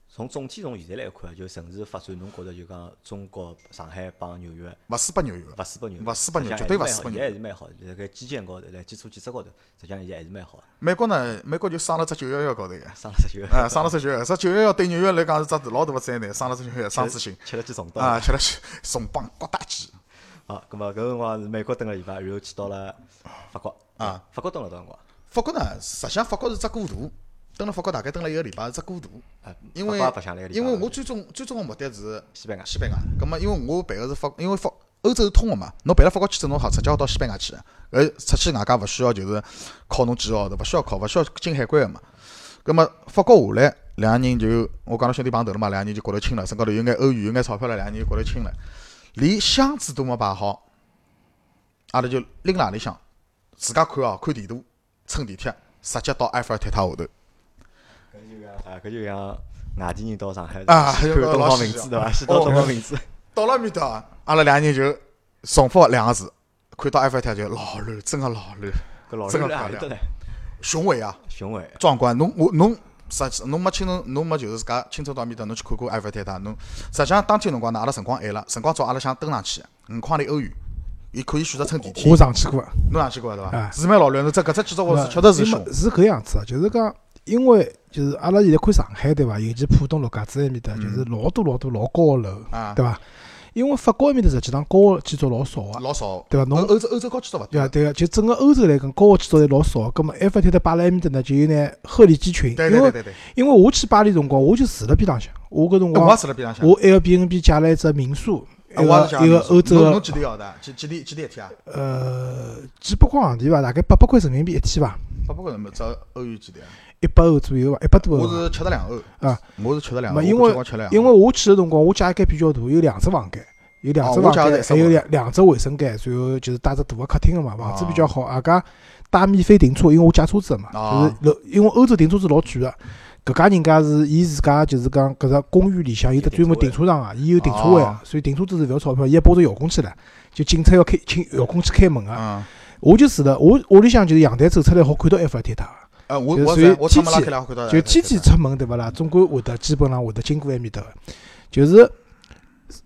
Speaker 1: 从总体从现在来看，就城市发展，侬觉着就讲中国上海帮纽约
Speaker 3: 勿输拨纽约个，
Speaker 1: 勿输拨纽约，
Speaker 3: 勿输拨纽约
Speaker 1: 实际上
Speaker 3: 绝对
Speaker 1: 还
Speaker 3: 勿
Speaker 1: 是
Speaker 3: 输拨
Speaker 1: 蛮好现
Speaker 3: 纽
Speaker 1: 在还
Speaker 3: 约。
Speaker 1: 是蛮好，辣盖基建高头，辣基础建设高头，实际上现在还是蛮好的，
Speaker 3: 美国呢，美国就上了只九幺幺高头个，
Speaker 1: 上了只就
Speaker 3: 哎，上了只九幺幺，只九幺幺对纽约来讲是只老大个灾难，上了只九幺幺，双子星
Speaker 1: 吃了几重刀。
Speaker 3: 啊，吃了去重磅刮大鸡
Speaker 1: 好，咁么搿辰光是美国蹲了礼拜，然后去到了法国
Speaker 3: 啊，
Speaker 1: 法国蹲了多少辰光？
Speaker 3: 法国呢，实际上法国是只孤独，蹲了法国大概蹲了一个礼拜是只孤独，
Speaker 1: 啊
Speaker 3: 因
Speaker 1: 法
Speaker 3: 为
Speaker 1: 国也白相了一个礼
Speaker 3: 因
Speaker 1: 拜
Speaker 3: 为
Speaker 1: 了啊
Speaker 3: 我最终最终个目的是
Speaker 1: 西班牙
Speaker 3: 西班牙。咁么，因为我办个是法，因为法欧洲是通个嘛，侬办了法国签证，侬好直接好到西班牙去的。呃，出去外加勿需要就是考侬几个号头，勿需要考，勿需要进海关个嘛。咁么，法国下来，两个人就我讲到兄弟碰头了嘛，两个人就觉头亲了，身高头有眼欧元，有眼钞票了，两个人就觉头亲了，连箱子都没摆好，阿拉就拎了行里向，自家看哦，看地图，乘地铁，直接到埃菲尔铁塔下头。
Speaker 1: 搿就像啊，搿就像外地人到上海
Speaker 3: 啊
Speaker 1: 看
Speaker 3: 有个
Speaker 1: 东
Speaker 3: 老
Speaker 1: 方
Speaker 3: 师
Speaker 1: 明
Speaker 3: 是
Speaker 1: 珠
Speaker 3: 吧
Speaker 1: 对伐？先到
Speaker 3: 哦
Speaker 1: 东方明珠，
Speaker 3: 到了面搭，阿拉两个人就重复两个字，看到埃菲尔铁塔就老乱，真个老乱，
Speaker 1: 搿老
Speaker 3: 真
Speaker 1: 人
Speaker 3: 的
Speaker 1: 辣
Speaker 3: 漂
Speaker 1: 何里搭
Speaker 3: 亮
Speaker 1: 唻？
Speaker 3: [LAUGHS] 雄伟啊，
Speaker 1: 雄伟，
Speaker 3: 壮观。侬我侬实际侬没亲身，侬没就是自家亲身到面搭，侬去看过埃菲尔铁塔，侬实际上当天辰光呢，阿拉辰光晚了，辰光早阿拉想登上去，五块钿欧元。伊可以选择乘地铁
Speaker 2: 我，哎上去过。
Speaker 3: 侬上去过对伐？
Speaker 2: 啊
Speaker 3: 是蛮老乱，侬这搿只几只
Speaker 2: 那
Speaker 3: 活是确实是
Speaker 2: 因
Speaker 3: 凶
Speaker 2: 为。是搿样子啊，就是讲，因为就是阿拉现在看上海对伐，尤其浦东陆家嘴埃面搭，就是老多老多老高个楼
Speaker 3: 嗯啊，
Speaker 2: 对伐？因为法国埃面搭实际上高个建筑老少个，
Speaker 3: 老呃少，
Speaker 2: 对伐？侬
Speaker 3: 欧欧洲欧洲高区都勿
Speaker 2: 对
Speaker 3: 多
Speaker 2: 啊，，对啊，就整个欧洲来讲，高个建筑侪老少，葛末埃菲尔铁塔摆辣埃面搭呢，就有眼鹤立鸡群。
Speaker 3: 对
Speaker 2: 因
Speaker 3: 对对
Speaker 2: 为
Speaker 3: 对对，
Speaker 2: 因为我去巴黎辰光，我就住辣边浪向，我搿辰
Speaker 3: 哎我也
Speaker 2: 光
Speaker 3: 住辣边浪向，
Speaker 2: 我 Airbnb 借了一只民宿，一
Speaker 3: 哎我也是
Speaker 2: 个
Speaker 3: 想
Speaker 2: 一个欧洲
Speaker 3: 侬侬
Speaker 2: 个
Speaker 3: 几钿一个号头啊？几几钿几钿一天啊？
Speaker 2: 呃几百块行钿伐，大概八百块人民币一天伐，
Speaker 3: 八百块没只欧元几钿啊？
Speaker 2: 一百欧左右伐，一百多欧
Speaker 3: 我
Speaker 2: 伐。
Speaker 3: 是吃了两欧
Speaker 2: 啊，
Speaker 3: 我是吃了两欧，
Speaker 2: 没因
Speaker 3: 我
Speaker 2: 为
Speaker 3: 估计光吃了两
Speaker 2: 因
Speaker 3: 欧
Speaker 2: 为我去的辰光，我家一间比较大，有两只房间，有两只
Speaker 3: 哦我哦
Speaker 2: 房
Speaker 3: 家
Speaker 2: 间，
Speaker 3: 也是
Speaker 2: 还有两两只卫生间，然后就是带只大个客厅个嘛，房子比较好，外加带免费停车，因为我借车子的嘛，
Speaker 3: 哦
Speaker 2: 就是楼，因为欧洲停车是老贵个。啊搿家人家是伊自家就是讲搿只公寓里向有得专门停车场啊，伊有停车位
Speaker 3: 哦
Speaker 2: 啊，所以停车子是勿要钞票，伊还拨着遥控器唻，就警察要开请遥控器开门啊。
Speaker 3: 嗯，
Speaker 2: 我就住了，我屋里向就是阳台走出来好看到埃菲尔铁塔啊，
Speaker 3: 呃，我
Speaker 2: 就
Speaker 3: 我
Speaker 2: 所以
Speaker 3: 在我
Speaker 2: 天
Speaker 3: 出门拉
Speaker 2: 气
Speaker 3: 开了看到，
Speaker 2: 就天天出门对勿啦？总归会得基本上会得经过埃面搭个。就是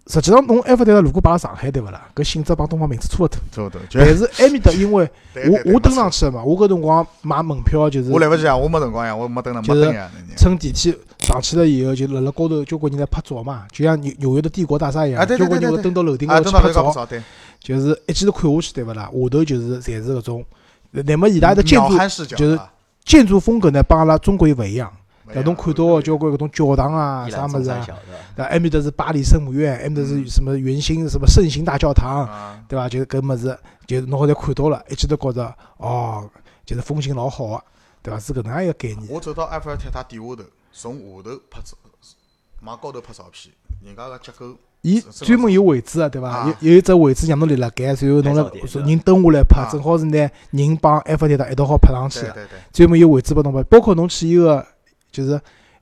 Speaker 2: 实际上，侬埃弗达如果摆辣上海对勿啦？搿性质帮东方明珠差勿多。
Speaker 3: 差不多。就
Speaker 2: 但是埃面搭，因为
Speaker 3: [LAUGHS] 对对对
Speaker 2: 我我登
Speaker 3: 没
Speaker 2: 上去个嘛，我搿辰光买门票就是
Speaker 3: 我来不及啊，我没辰光呀，我没等了，没
Speaker 2: 就是
Speaker 3: 等呀。那啊年
Speaker 2: 乘地铁上去了以后，就辣辣高头交关人来拍照嘛，就像纽纽约的帝国大厦一
Speaker 3: 啊
Speaker 2: 样，
Speaker 3: 对
Speaker 2: 交
Speaker 3: 对
Speaker 2: 关
Speaker 3: 对
Speaker 2: 人会
Speaker 3: 对
Speaker 2: 登到楼顶
Speaker 3: 啊，
Speaker 2: 高头
Speaker 3: 等
Speaker 2: 去拍
Speaker 3: 到头讲不
Speaker 2: 照，
Speaker 3: 少，对，
Speaker 2: 就是一记头看下去对勿啦？下头就是侪是搿种，
Speaker 3: 嗯
Speaker 2: 乃末伊拉的建
Speaker 3: 鸟
Speaker 2: 筑
Speaker 3: 瞰视角
Speaker 2: 就是
Speaker 3: 啊
Speaker 2: 建筑风格呢，帮阿拉中国又勿一样。搿侬看到
Speaker 3: 个
Speaker 2: 个交关搿种教堂啊
Speaker 1: 伊
Speaker 2: 啥
Speaker 1: 拉
Speaker 2: 物
Speaker 1: 中
Speaker 2: 事
Speaker 1: 山
Speaker 2: 啊，
Speaker 1: 小对伐？
Speaker 2: 对，埃面搭是巴黎圣母院，埃面搭是什么圆心什么圣心大教堂，
Speaker 3: 嗯啊，
Speaker 2: 对伐？就是搿物事，就是侬好像看到了，一记头觉着哦，就是风景老好个，对伐？是搿能样一个概念。
Speaker 3: 我走到埃菲尔铁塔底下头，从下头拍照，往高头拍照片，人家个结构
Speaker 2: 伊
Speaker 3: 是
Speaker 2: 专门有位置个，对伐？
Speaker 3: 啊
Speaker 2: 有有一只位置让侬立辣盖，然后侬
Speaker 1: 拍照点是
Speaker 2: 辣
Speaker 1: 吧
Speaker 2: 人蹲下来
Speaker 3: 啊
Speaker 2: 拍，正好是拿人帮埃菲尔铁塔一道好拍上去
Speaker 3: 对
Speaker 2: 个，
Speaker 3: 对对，
Speaker 2: 专门有位置拨侬拍。包括侬去伊个就是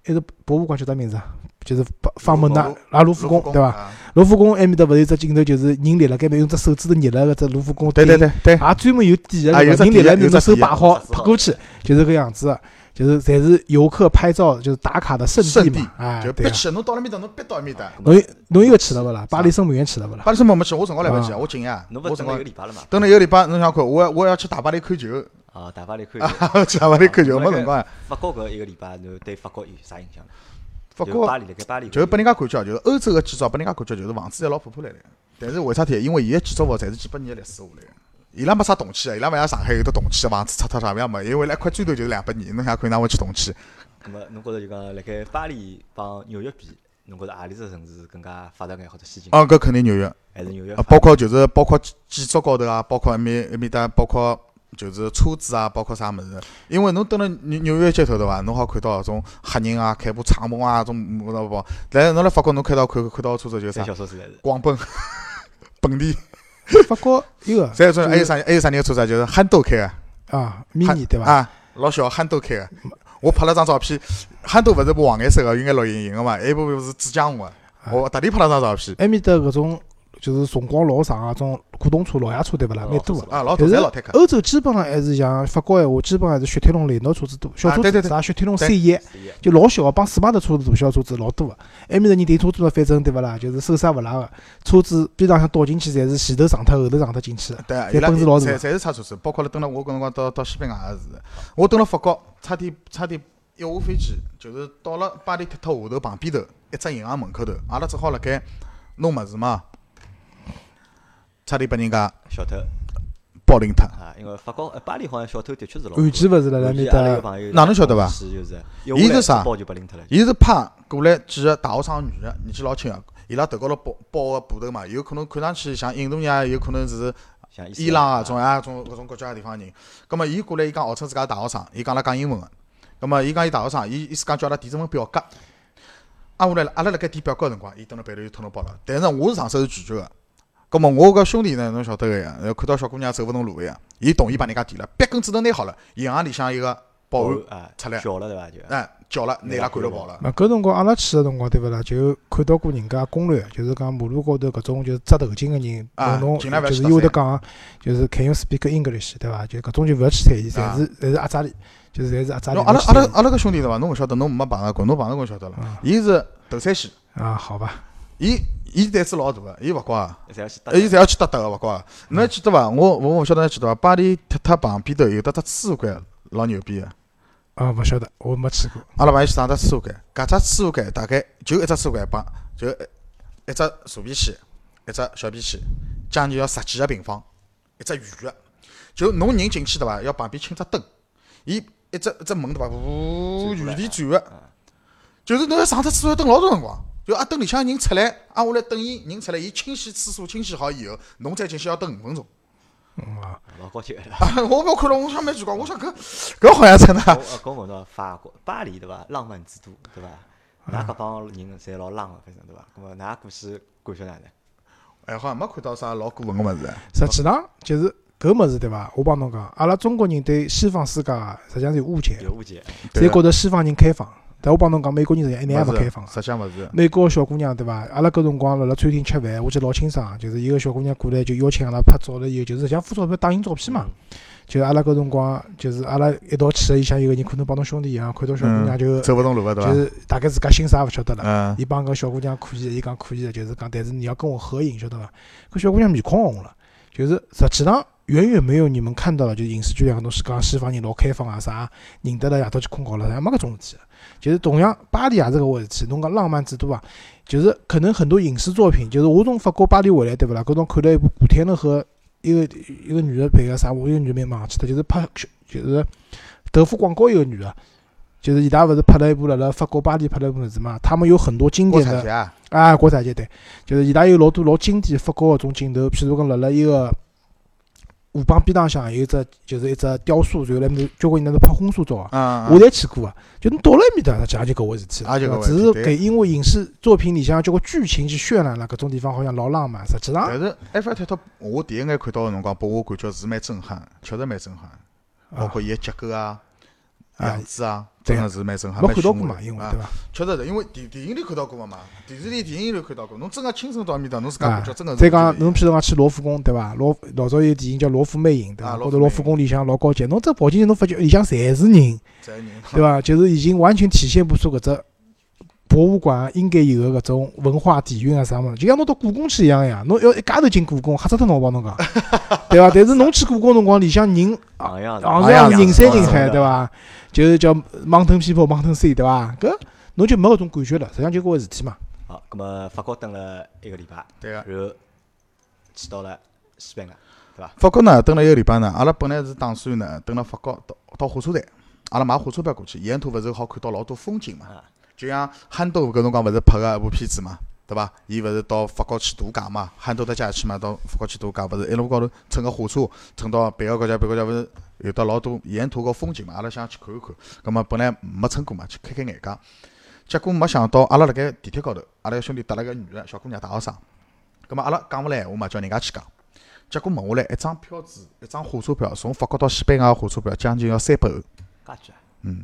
Speaker 2: 一个博物馆叫啥名字啊？就是放放门
Speaker 3: 卢
Speaker 2: 那
Speaker 3: 浮宫啊
Speaker 2: 拉卢浮宫，对伐？
Speaker 3: 伐？
Speaker 2: 卢浮宫埃面搭勿是有只镜头，就是人立辣盖面用只手指头捏了搿只卢浮宫
Speaker 3: 对对
Speaker 2: 顶
Speaker 3: 对对，
Speaker 2: 也专门有底个，
Speaker 3: 啊有
Speaker 2: 人
Speaker 3: 只
Speaker 2: 立辣
Speaker 3: 底的
Speaker 2: 面
Speaker 3: 有只
Speaker 2: 搭手
Speaker 3: 底的
Speaker 2: 摆好
Speaker 1: 有只
Speaker 2: 拍过去，就是搿样子的，就是侪是游客拍照就是打卡的圣
Speaker 3: 圣地
Speaker 2: 嘛，哎
Speaker 3: 就，
Speaker 2: 对啊。
Speaker 3: 憋气，侬到了面搭，侬憋到埃面搭。
Speaker 2: 侬有侬又去了勿啦？巴黎圣母院去了
Speaker 3: [LAUGHS]
Speaker 2: 勿啦？
Speaker 3: 巴黎圣母没去，我辰光来不及啊，我紧呀，
Speaker 1: 侬
Speaker 3: 我
Speaker 1: 勿
Speaker 3: 辰
Speaker 1: 等了一
Speaker 3: 光
Speaker 1: 个礼拜了嘛？
Speaker 3: 等了一个礼拜，侬想看，我要我要去大巴黎看球，
Speaker 1: 啊，大巴黎看一下。
Speaker 3: [LAUGHS] 去大巴黎看球
Speaker 1: 啊
Speaker 3: 没辰光呀。
Speaker 1: 法国搿一个礼拜，侬对法国有啥印象呢？
Speaker 3: 法
Speaker 1: 就
Speaker 3: 国
Speaker 1: 巴黎辣盖巴黎搿
Speaker 3: 就是拨
Speaker 1: 地
Speaker 3: 人家感觉，就是欧洲个建筑，拨人家感觉就是房子侪老破破烂烂。但是为啥体？因为伊个建筑物侪是几百年个历史下来个，伊拉没啥动迁个，伊拉勿像上海有得动迁个房子拆脱啥物事没，因为来一块砖头就是两百年，侬想看哪会去动迁？
Speaker 1: 方。咾么侬觉着就讲辣盖巴黎帮纽约比，侬觉着何里只城市更加发达眼或者先进，
Speaker 3: 哦，搿肯定纽约，啊
Speaker 1: 还是纽约发达？
Speaker 3: 包括就是包括建筑高头啊，包括埃面埃面搭，包括就是车子啊，包括啥物事。因为侬蹲辣纽纽约街头对伐？侬好看到搿种黑人啊，开部敞篷啊，种么勿勿，来侬辣法国侬开到看看到个车子就是
Speaker 1: 三
Speaker 2: 哎
Speaker 3: 啥
Speaker 1: 小车子还是
Speaker 3: 广奔、 [LAUGHS] 本地，
Speaker 2: 法国有个
Speaker 3: 再有种还有啥还有啥人个车子啊就是憨豆开个。
Speaker 2: 啊，迷
Speaker 3: 憨
Speaker 2: 你对伐？
Speaker 3: 啊，老小憨豆开个，我拍了张照片，憨豆勿是部黄颜色个，有眼绿莹莹个嘛，还有一部是紫姜黄
Speaker 2: 啊
Speaker 3: 个，啊我特地拍了张照片，
Speaker 2: 埃面搭搿种就是辰光老长啊，种古董车、老爷车对勿啦？蛮多个。
Speaker 3: 啊，老大
Speaker 2: 但是
Speaker 3: 侪老太克，
Speaker 2: 欧洲基本上还是像法国闲话，基本上还是雪铁龙雷诺车子多，小
Speaker 3: 啊
Speaker 2: 车
Speaker 3: 对对
Speaker 2: 子
Speaker 3: 对
Speaker 2: 啥雪铁龙
Speaker 3: 对
Speaker 2: C 一，
Speaker 1: 是一样
Speaker 2: 就老小个，帮斯巴达车子大小车子老多个。埃面搭人停车子嘛，反正对勿啦，就是手刹勿拉个，车子边浪向倒进去，侪是前头上脱，后头上脱进去的。
Speaker 3: 对啊，
Speaker 2: 侪
Speaker 3: 伊拉
Speaker 2: 奔驰老大
Speaker 3: 侪侪是差车子，包括了蹲了我搿辰光到到西班牙也是，我蹲了法国，差点差点一下飞机，就是到了巴黎铁塔下头旁边头一只银行门口头，阿拉只好辣盖弄物事嘛，差点拨人家
Speaker 1: 小偷，
Speaker 3: 拨报应脱。
Speaker 1: 啊，因为法国呃巴黎好像小偷的确是老多。
Speaker 2: 案件勿是辣辣埃面
Speaker 1: 阿拉有
Speaker 2: 搭，
Speaker 1: 朋友
Speaker 3: 哪能晓得伐
Speaker 1: 是就是，
Speaker 3: 伊
Speaker 1: 伊
Speaker 3: 是啥
Speaker 1: 包就拨拎脱了。
Speaker 3: 伊是派过来几个大学生女个，年纪老轻个，伊拉头高头包包个布头嘛，有可能看上去像印度人啊，有可能是
Speaker 1: 像斯
Speaker 3: 伊朗啊，
Speaker 1: 兰
Speaker 3: 种啊种搿种国家个地方人。葛末伊过来，伊讲号称自家是大学生，伊讲阿拉讲英文个。葛末伊讲伊大学生，伊意思讲叫阿拉填这份表格。啊，我来阿拉辣盖填表格个辰光，伊蹲辣背头就通通报了。但是我是上手是拒绝个。葛末我搿兄弟呢，侬晓得个呀，呃看到小姑娘走勿动路个呀，伊同意帮人家填了，笔跟纸都拿好了，银行里向一个保安，
Speaker 1: 啊
Speaker 3: 出来
Speaker 1: 小了对伐？就
Speaker 3: 哎，叫了，拿伊拉赶了跑了。
Speaker 2: 啊嘛搿辰光阿拉去个辰光对勿啦？就看到过人家攻略，就是讲马路高头搿种就是扎头巾个人，
Speaker 3: 啊
Speaker 2: 侬侬
Speaker 3: 尽量勿要
Speaker 2: 就
Speaker 3: 去
Speaker 2: 是
Speaker 3: 搭
Speaker 2: 伊会得
Speaker 3: 讪
Speaker 2: 讲，就是 Can you speak English 对伐？就搿种就勿要去睬伊，侪
Speaker 3: 啊
Speaker 2: 是侪是阿扎里，就是侪是阿扎里。
Speaker 3: 喏，阿拉
Speaker 2: 勿要去
Speaker 3: 阿拉
Speaker 2: 睬
Speaker 3: 阿拉搿兄弟对伐？侬勿晓得，侬没碰着过，侬碰着过就晓得了
Speaker 2: 嗯。
Speaker 3: 伊是头三线，
Speaker 2: 伊啊，好吧，
Speaker 3: 伊伊胆子老大个，伊勿乖个。
Speaker 1: 侪要去搭
Speaker 3: 哎，伊侪要去搭搭个，勿怪个。侬还记得伐？我我勿晓得侬还记得伐？巴黎铁塔旁边头有得只水族馆，老牛逼个。
Speaker 2: 啊，勿晓得，我没去过。
Speaker 3: 阿拉朋友去上只水族馆，搿只水族馆大概就一只水族馆帮就一一只大蜊区，一只小蜊区，将近要十几个平方，一只鱼个。就侬人进去对伐？要旁边请只灯，伊一只一只门对伐？呜，原地转个。啊就是侬要上只厕所等老多辰光，就啊等里向人出来，啊我来等伊人出来，伊清洗厕所清洗好以后，侬再进去要等五分钟。
Speaker 2: 嗯啊，
Speaker 1: 老高级了。
Speaker 3: 啊， [LAUGHS] 我没看了，我想没奇怪，我想搿搿好像真的。
Speaker 1: 我呃跟我到法国巴黎对伐？浪漫之都对伐？㑚搿帮人侪老浪个，反正对伐？咾么㑚过去感觉哪能？
Speaker 3: 哎，好像没看到啥老过分个物事。
Speaker 2: 实际上就是搿物事对伐？我帮侬讲，阿拉中国人对西方世界啊实际上是有误解的，
Speaker 1: 有误解，
Speaker 3: 对
Speaker 2: 侪
Speaker 3: 啊
Speaker 2: 觉得西方人开放，但我帮侬讲，美国人实际上一眼也勿
Speaker 3: 勿
Speaker 2: 开放。啊
Speaker 3: 实际上勿是。
Speaker 2: 美国个小姑娘对伐？阿拉搿辰光辣辣餐厅吃饭，我记得老清爽，就是一个小姑娘过来就邀请阿拉拍照了以后，就是像付钞票打印照片
Speaker 1: 嗯
Speaker 2: 嘛。就阿拉搿辰光，就是阿拉一道去的，里向有个人可能帮侬兄弟一样，看到小姑娘就
Speaker 3: 走勿动路了，对
Speaker 2: 就
Speaker 3: 伐？
Speaker 2: 是大概自家心啥勿晓得了。
Speaker 3: 嗯，
Speaker 2: 伊帮搿小姑娘可以，伊讲可以的，就是讲，但是你要跟我合影，晓得伐？搿小姑娘面孔红了，就是实际上远远没有你们看到的，就是影视剧里向东西讲西方人老开放啊啥，认得了夜到去困觉了，啥没搿种事体的。就是同样巴黎也是搿回事体，侬讲浪漫之都啊，就是可能很多影视作品，就是我从法国巴黎回来对勿啦？搿种看了一部古天乐和一个一个女的配个啥，我一个女的名忘记脱，就是拍就是德芙广告一个女的。就是伊拉勿是拍了一部辣辣法国巴黎拍了一部么子嘛？他们有很多经
Speaker 3: 国
Speaker 2: 典
Speaker 3: 产
Speaker 2: 的
Speaker 3: 剧啊，
Speaker 2: 啊，国产剧对，就是伊拉有老多老经典法国搿种镜头，譬如讲辣辣一个河浜边浪向有一只就是一只雕塑，然后来面交关人在那拍婚纱照啊，
Speaker 3: 嗯，
Speaker 2: 我侪去过啊，就侬到了埃面搭，实际上就搿回事体了，
Speaker 3: 也就搿
Speaker 2: 对
Speaker 3: 回
Speaker 2: 伐
Speaker 3: 事
Speaker 2: 只
Speaker 3: 体
Speaker 2: 是
Speaker 3: 对
Speaker 2: 给因为影视作品里向交关剧情去渲染了搿种地方好像老浪漫，实际上
Speaker 3: 但是埃菲尔铁塔，我第一眼看到个辰光，拨我感觉是蛮震撼，确实蛮震撼，包
Speaker 2: 啊
Speaker 3: 括伊个结构啊、
Speaker 2: 啊
Speaker 3: 样子啊，
Speaker 2: 对
Speaker 3: 真个是蛮震撼。
Speaker 2: 没
Speaker 3: 蛮
Speaker 2: 看到
Speaker 3: 炫
Speaker 2: 过
Speaker 3: 目
Speaker 2: 嘛，
Speaker 3: 的
Speaker 2: 因为
Speaker 3: 啊
Speaker 2: 对伐？
Speaker 3: 确实是因为电电影里看到过个嘛，电视里、电影里看到过，侬真个亲身到埃面搭，侬自家感觉真个是。
Speaker 2: 哎再讲侬譬如讲去罗浮宫对伐？老老早有个电影叫《罗浮魅影》对
Speaker 3: 啊
Speaker 2: 伐？
Speaker 3: 罗
Speaker 2: 或者罗浮
Speaker 3: 浮魅影嗯
Speaker 2: 宫里向老高级，侬这跑进去侬发觉里向侪是人。
Speaker 3: 再人
Speaker 2: 对伐？就是已经完全体现不出搿只博物馆应该有的搿种文化底蕴啊啥物事，就像侬到故宫去一样呀，侬要一家头进故宫，吓死脱侬，我帮侬
Speaker 3: [LAUGHS]
Speaker 2: 讲，对伐？但是侬去故宫辰光，里向人啊
Speaker 1: 昂样哦
Speaker 2: 昂
Speaker 3: 哎呀
Speaker 2: 是人山人
Speaker 1: 是
Speaker 2: 海，
Speaker 1: 的
Speaker 2: 对伐？就是叫 mountain people mountain sea，对伐？搿侬就没搿种感觉了，实际上就搿回事体嘛。
Speaker 1: 好，搿么法国蹲了一个礼拜，
Speaker 3: 对啊个。
Speaker 1: 然后去到了西班牙，对伐？
Speaker 3: 法国呢，蹲了一个礼拜呢，阿拉本来是打算呢，蹲了法国到到火车站，阿拉买火车票过去，沿途勿是好看到老多风景嘛
Speaker 1: 啊。
Speaker 3: 就像憨豆搿辰光勿是拍个一部片子嘛，对伐？伊勿是到法国去度假嘛，憨豆搭家去嘛，到法国去度假，勿是一路高头乘个火车，乘到别个国家，别个国家勿是有得老多沿途个风景嘛，阿拉想去看一看。葛末本来没乘过嘛，去开开眼界。结果没想到，阿拉辣盖地铁高头，阿拉个兄弟搭了个女个小姑娘大学生。葛末阿拉讲勿来闲话嘛，叫人家去讲。结果问下来，一张票子，一张火车票，从法国到西班牙的火车票将近要三百欧。
Speaker 1: 噶句啊，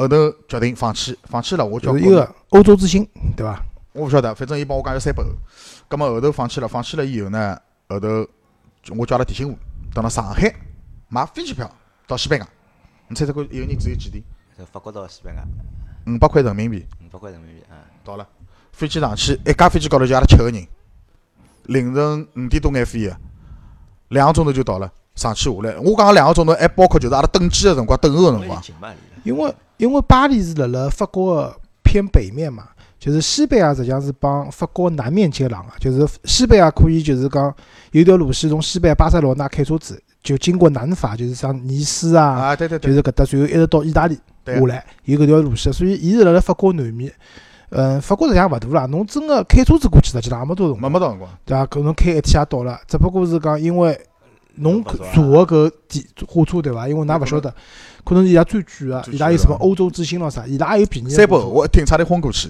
Speaker 3: 后头决定放弃，放弃了。我叫
Speaker 2: 就是一
Speaker 3: 国内
Speaker 2: 个欧洲之星，对伐？
Speaker 3: 我勿晓得，反正伊帮我讲要三百欧。葛末后头放弃了，放弃了以后呢，后头就我叫阿拉提醒我，到了上海买飞机票到西班牙。你猜猜看，一个人只有几钿？
Speaker 1: 从法国到西班牙
Speaker 3: 五百块人民币
Speaker 1: 五百块人民币啊，
Speaker 3: 到了。飞机上去，一架飞机高头就阿拉七个人，凌晨五点多眼飞个，两个钟头就到了。上去下来，我讲个两个钟头还包括就是阿拉登机个辰光、等候个辰
Speaker 1: 因为
Speaker 3: 光。
Speaker 1: 近嘛离了，
Speaker 2: 因为因为巴黎是辣辣法国的偏北面嘛，就是西班牙实际上是帮法国南面接壤啊，就是西班牙可以就是讲有一条路线从西班牙巴塞罗那开车子就经过南法，就是像尼斯啊，
Speaker 3: 啊，对对
Speaker 2: 就
Speaker 3: 对，
Speaker 2: 是搿搭，最后一直到意大利
Speaker 3: 对啊
Speaker 2: 下来，有搿条路线。所以伊是辣辣法国南面。嗯，法国实际上勿大啦，侬真个开车子过去，实际上也没多辰光。
Speaker 3: 没没到辰光，
Speaker 2: 对伐？可能开一天也到了，只不过是讲因为侬
Speaker 1: 不
Speaker 2: 坐
Speaker 1: 是
Speaker 3: 啊
Speaker 1: 吧
Speaker 2: 个搿地火车对伐？因为㑚勿晓得，可能伊拉最贵个，
Speaker 3: 最
Speaker 2: 伊
Speaker 3: 贵
Speaker 2: 拉
Speaker 3: 的
Speaker 2: 有什么欧洲之星咯啥，伊拉也有便宜的
Speaker 3: 三百
Speaker 2: 火
Speaker 3: 个，
Speaker 2: 车
Speaker 3: 我一听差点昏过去。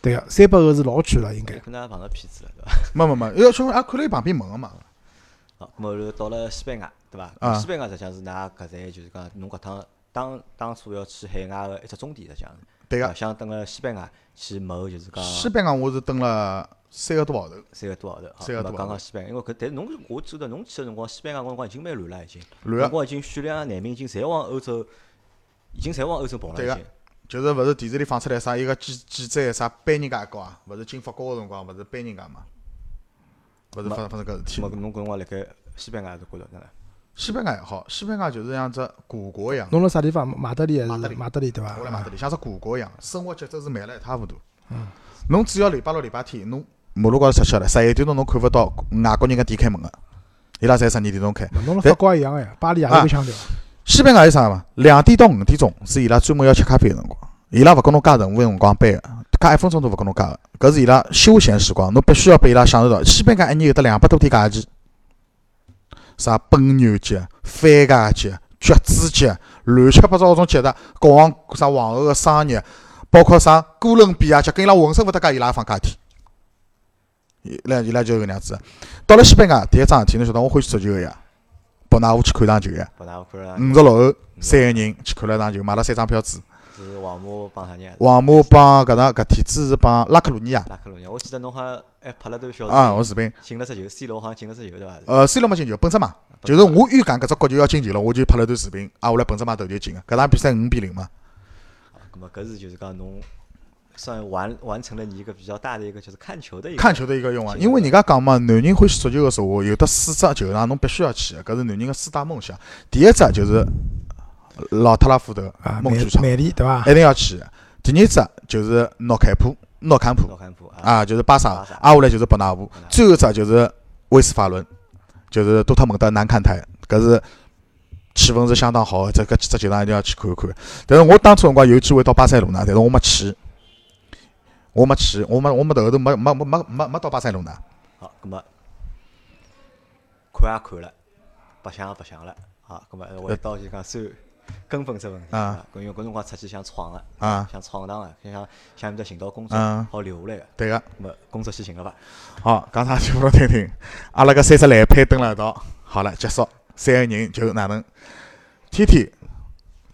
Speaker 2: 对个，三百个是老贵了应该。
Speaker 1: 可能也碰到骗子了，对伐？
Speaker 3: 没没没，要小朋友也啊看了伊旁边问个嘛。
Speaker 1: [LAUGHS] 好，咁么然后到了西班牙，对伐？
Speaker 3: 啊
Speaker 1: 西班牙实际上是㑚搿站，就是讲侬搿趟当当初要去海外个一只终点，实际上是
Speaker 3: 对
Speaker 1: 啊
Speaker 3: 个，
Speaker 1: 想等了西班牙去某就是讲
Speaker 3: 西班牙我是蹲了三个多号头，
Speaker 1: 三个多号头，好，
Speaker 3: 三个
Speaker 1: 咁么
Speaker 3: 多
Speaker 1: 讲
Speaker 3: 号
Speaker 1: 讲西班牙，因为搿但是侬我记得侬去个辰光，西班牙辰光已经蛮乱了，已经，
Speaker 3: 乱
Speaker 1: 辰光已经许两个难民已经侪往欧洲，已经侪往欧洲跑了，
Speaker 3: 对啊
Speaker 1: 已
Speaker 3: 个
Speaker 1: 经。
Speaker 3: 就是勿是电视里放出来啥一个记记者啥搬人家一个啊，勿是进法国个辰光勿是搬人家嘛，勿是发生发生搿事
Speaker 1: 咁
Speaker 3: 体
Speaker 1: 么
Speaker 3: 嘛。
Speaker 1: 侬搿辰光辣盖西班牙是觉着哪能？
Speaker 3: 西班牙也好，西班牙就是像只古国一样，
Speaker 2: 侬辣啥地方？马德里还
Speaker 3: 马德
Speaker 2: 是
Speaker 3: 里
Speaker 2: 马德里对伐？
Speaker 3: 我来马德里像只古国一样，生活节奏是慢了一塌糊涂。侬只要礼拜六、礼拜天，侬马路高头出去了，十一点钟侬看勿到外国人家店开门个，伊拉侪十二点钟开。
Speaker 2: 嘛侬辣
Speaker 3: 对
Speaker 2: 法国也一样呀，巴黎也有
Speaker 3: 啊
Speaker 2: 个腔调。
Speaker 3: 西班牙有啥嘛？两点到五点钟是伊拉专门要吃咖啡个辰光，伊拉勿跟侬加任何辰光班个，加一分钟都勿跟侬加个，搿是伊拉休闲时光，侬必须要被伊拉享受到。西班牙一年有得两百多天假期，啥奔牛节、番茄节、橘子节，乱七八糟种节日，国王啥皇后个生日，包括啥哥伦比亚节，跟伊拉浑身勿搭界，伊拉也放假一天。伊拉伊拉就是搿能样子的。到了西班牙，第一桩事体，侬晓得我欢喜足球个呀，跑哪屋去看场球呀？
Speaker 1: 拨㑚看了，
Speaker 3: 五十六后三个人去看了一场球，买了三张票子。
Speaker 1: 是皇马帮啥人啊？
Speaker 3: 皇马帮搿场搿天子是帮拉克鲁尼亚
Speaker 1: 拉克鲁尼亚，我记得侬好像还拍了段小
Speaker 3: 啊，
Speaker 1: 视
Speaker 3: 我视频。
Speaker 1: 频，进了只球，C 罗好像进了只球，对伐？
Speaker 3: 呃，虽然没进球，本泽马
Speaker 1: 啊
Speaker 3: 就是我预感搿只国球要进球了，我就拍了段视频，啊，我来本泽马头就进个。搿场比赛五比零嘛，
Speaker 1: 那么搿是就是讲侬算完完成了你一个比较大的一个就是看球的一个
Speaker 3: 看球的一个愿望。因为人家讲嘛，男人欢喜足球个说话，有得四只球场侬必须要去的，搿是男人个四大梦想。第一只就是老特拉福德
Speaker 2: 啊，
Speaker 3: 梦哎
Speaker 2: 曼
Speaker 3: 剧场，
Speaker 2: 曼联对伐？
Speaker 3: 一定要去的。第二只就是诺坎普，诺坎普
Speaker 1: 诺坎普啊，
Speaker 3: 啊，就是巴萨
Speaker 1: 巴萨，
Speaker 3: 挨下来就是伯纳乌
Speaker 1: 纳乌，
Speaker 3: 最后一只就是威斯法伦，就是多特蒙德南看台，搿是气氛是相当好的，这搿几只球场一定要去看一看。但是我当初辰光有机会到巴塞罗那，但是我没去，我没去，我没我没后头没没没没没没到巴塞罗那。
Speaker 1: 好，那么看也看了，白相也白相了，啊，那么我一到就讲算根本这问题
Speaker 3: 啊，
Speaker 1: 因为搿辰光出去想闯个，
Speaker 3: 啊
Speaker 1: 想闯荡个，想想想面搭寻到工作
Speaker 3: 啊，
Speaker 1: 好留下来个，
Speaker 3: 对个，
Speaker 1: 那么工作先寻了伐？
Speaker 3: 好，讲啥就勿听听。阿拉搿三只烂配蹲辣一道，好了，结束，三个人就哪能？天天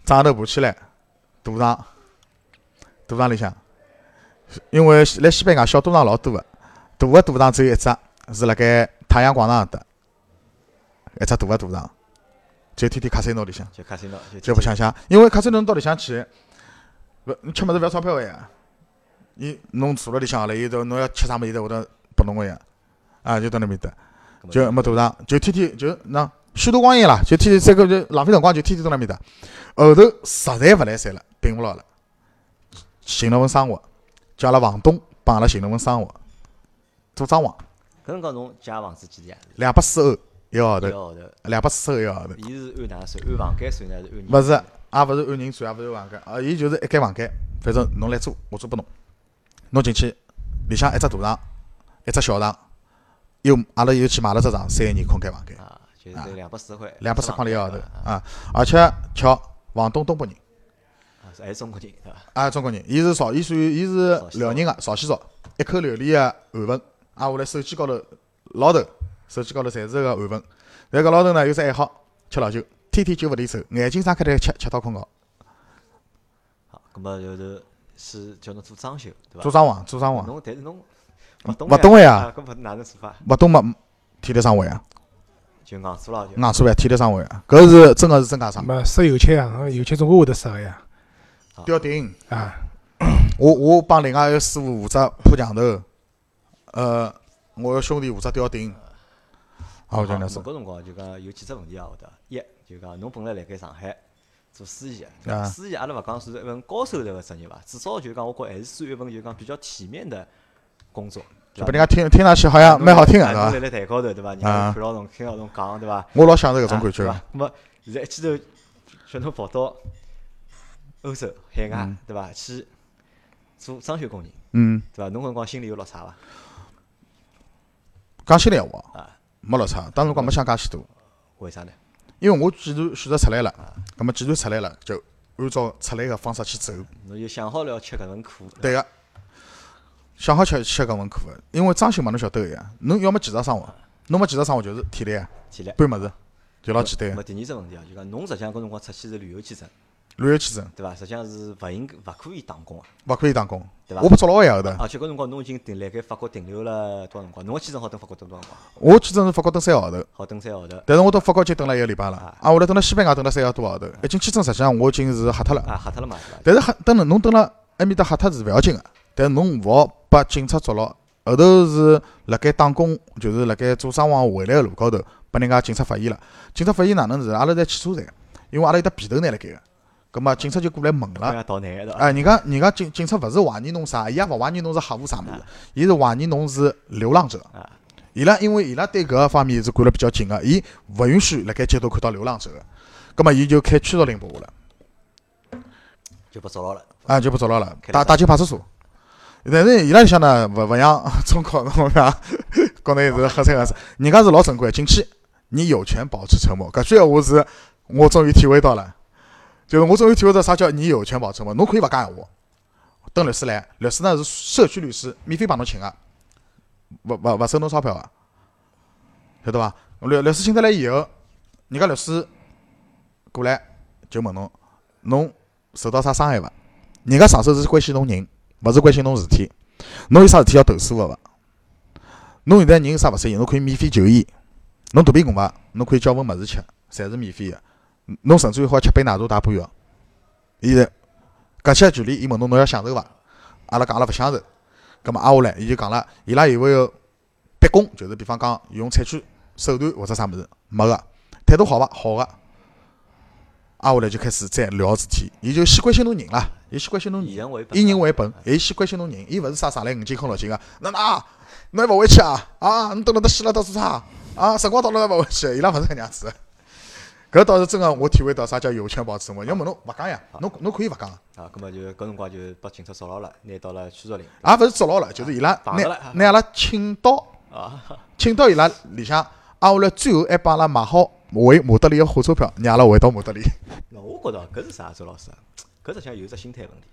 Speaker 3: 早上头爬起来，赌场，赌场里向，因为来西班牙小赌场老多个，大个赌场只有一只，是辣盖太阳广场的，一只大个赌场，就天天卡塞诺里向。
Speaker 1: 就卡西诺，就
Speaker 3: 就不想想，因为卡塞侬到里向去，勿侬吃物事勿要钞票个呀。伊侬坐辣里向好了，伊头侬要吃啥物事，伊头会得拨侬个呀。啊，就到那面搭，
Speaker 1: 搿么
Speaker 3: 就没赌场，就天天就那虚度光阴啦，就天天三个就浪费辰光，就天天到那面搭。后头实在勿来三了，顶勿牢了，寻了份生活，叫阿拉房东帮阿拉寻了份生活，做装潢，
Speaker 1: 搿辰光侬借房子几钿啊？
Speaker 3: 两百四欧一个号
Speaker 1: 一个
Speaker 3: 头，
Speaker 1: 号头，
Speaker 3: 两百四欧一个号头。
Speaker 1: 伊是按哪算？按房间算呢，还是按人
Speaker 3: 勿是，也勿是按人算，也勿是按房间，啊，伊就是一间房间，反正侬来租，我租拨侬。侬进去，里向一只大床，一只小床，又阿拉又去买了只床，三个人空间房间，
Speaker 1: 啊，就是这两百四十块，
Speaker 3: 两百四十块钿一个号头
Speaker 1: 啊，
Speaker 3: 啊！而且巧，房东东北人，
Speaker 1: 啊还是中国人对伐？
Speaker 3: 啊，中国人，伊是潮，伊属于伊是辽宁个潮西潮，一口流利个韩文，啊，下来手机高头老头，手机高头侪是个韩文。但搿老头呢有只爱好，吃老酒，天天酒勿离手，眼睛张开来吃，吃到困觉。
Speaker 1: 好，咁么就是是叫侬做装修对伐？
Speaker 3: 做装潢，做装潢。
Speaker 1: 侬但是侬勿懂
Speaker 3: 勿懂个呀
Speaker 1: 啊，搿勿哪能做法？
Speaker 3: 勿懂嘛，天天生活呀，
Speaker 1: 就硬做了就。
Speaker 3: 硬做呀，天天生活呀，啊搿是真个是真假生。
Speaker 2: 没塞油漆啊，油漆总归会得塞个呀。
Speaker 3: 吊顶，
Speaker 2: 啊，
Speaker 3: 我我帮另外一个师傅负责铺墙头，呃，我个兄弟负责吊顶，啊，我就那
Speaker 1: 好
Speaker 3: 是
Speaker 1: 搿辰光就讲有几只问题啊，会得一就讲侬本来辣盖上海做司仪的，对
Speaker 3: 啊
Speaker 1: 伐？司仪阿拉勿讲算是一份高收入个职业伐？至少就讲我觉还是算一份就讲比较体面的工作，
Speaker 3: 就拨人家听听上去好像蛮好听个，对
Speaker 1: 伐？
Speaker 3: 伐？
Speaker 1: 侬辣台高头对伐？人家
Speaker 3: 啊
Speaker 1: 看牢侬，听牢侬讲对伐？
Speaker 3: 我老享受搿种感
Speaker 1: 啊对
Speaker 3: 觉
Speaker 1: 伐。那么现在一记头叫侬跑到欧洲海外对伐？去做装修工人
Speaker 3: 嗯，
Speaker 1: 对伐？侬搿辰光心里有落差伐？
Speaker 3: 讲心里闲话
Speaker 1: 啊，
Speaker 3: 没落差。当时辰光没想介许多，
Speaker 1: 为啥呢？
Speaker 3: 因为我既然选择出来了，葛末既然出来了，就按照出来个方式去走。
Speaker 1: 侬就想好了要吃搿份苦，
Speaker 3: 对个，想好吃吃搿份苦个，因为装修嘛，侬晓得个呀。侬要么技术生活，侬没技术生活就是体力啊
Speaker 1: 体力。
Speaker 3: 搬物事，就老简单
Speaker 1: 那
Speaker 3: 个。
Speaker 1: 么第二只问题啊，就讲侬实际上搿辰光出去是旅游签证，
Speaker 3: 旅游签证
Speaker 1: 对伐？实际上是勿应勿可以打工啊。
Speaker 3: 勿可以打工，
Speaker 1: 对伐
Speaker 3: 我不做老晚个后头。
Speaker 1: 而且搿辰光侬已经停辣盖法国停留了多少辰光？侬个签证好等法国等多少辰光？
Speaker 3: 我签证是法国等三个号头，
Speaker 1: 好等三个号头
Speaker 3: 但是我到法国已经等了一个礼拜了，啊，我来等了西班牙等了三个多号头。已经签证实际上我已经是吓脱了，
Speaker 1: 啊，吓脱了嘛是伐？
Speaker 3: 但是吓等了侬等了埃面搭吓脱是勿要紧个，但是侬勿好被警察捉牢。后头是辣盖打工，就是辣盖做装潢回来个路高头，被人家警察发现了。警察发现哪能是？阿拉在汽车站，因为阿拉有得皮头拿辣盖个，葛末警察就过来问
Speaker 1: 好
Speaker 3: 了。
Speaker 1: 像逃难对啊伐？
Speaker 3: 哎，人家人家警警察勿是怀疑侬啥，伊也勿怀疑侬是黑户啥物事，伊是怀疑侬是流浪者
Speaker 1: 啊。
Speaker 3: 伊拉因为伊拉对搿个方面是管了比较紧个，伊勿允许辣盖街头看到流浪者个，葛末伊就开驱逐令拨我了，
Speaker 1: 就被抓牢了。
Speaker 3: 啊就被抓牢了，
Speaker 1: 开了
Speaker 3: 带
Speaker 1: 啥
Speaker 3: 带进派出所。但是伊拉里向呢，勿勿像中国啊侬讲，国内是黑三黑四，人家是老正规，进去你有权保持沉默。搿句闲话是我终于体会到了，就是我终于体会到啥叫你有权保持沉默，侬可以勿讲闲话。等律师来，律师呢是社区律师，免费帮侬请个，勿勿勿收侬钞票个，晓得伐？律律师请得来以后，人家律师过来就问侬，侬受到啥伤害伐？人家上手是关心侬人，勿是关心侬事体。侬有啥事体要投诉个伐？侬现在人有啥勿适应？侬可以免费就医，侬肚皮饿伐？侬可以叫份物事吃，侪是免费个。侬甚至于好吃杯奶茶打补药。现在搿些权利，伊问侬侬要享受伐？阿拉讲阿拉勿享受，葛末挨下来伊就讲了，伊拉有没有逼供？就是比方讲用采取手段或者啥物事，没个。态度好伐？好个。挨下来就开始再聊事体，伊就先关心侬人啦，伊先关心侬人
Speaker 1: 以。人为本，啊哎
Speaker 3: 以人为本，伊先关心侬人，伊勿是啥上来五斤空六斤个，哪能啊？侬还勿回去啊？啊，侬等了搭死了到做啥？啊，辰光到了还勿回去，伊拉勿是搿样子的。搿倒是真个，我体会到啥叫有权保持沉默。要么侬勿讲呀，侬侬可以勿讲，
Speaker 1: 啊，葛末就搿辰光就被警察抓牢了，拿到了驱逐令
Speaker 3: 也勿是捉牢了，就是伊拉
Speaker 1: 绑
Speaker 3: 拿
Speaker 1: 着了
Speaker 3: 拿阿拉请到
Speaker 1: 啊。
Speaker 3: [LAUGHS] 请到伊拉里向，挨下来最后还帮阿拉买好回马德里个火车票，让阿拉回到马德里。
Speaker 1: 那我觉得搿是啥，周老师啊？搿实际上有一只心态问题，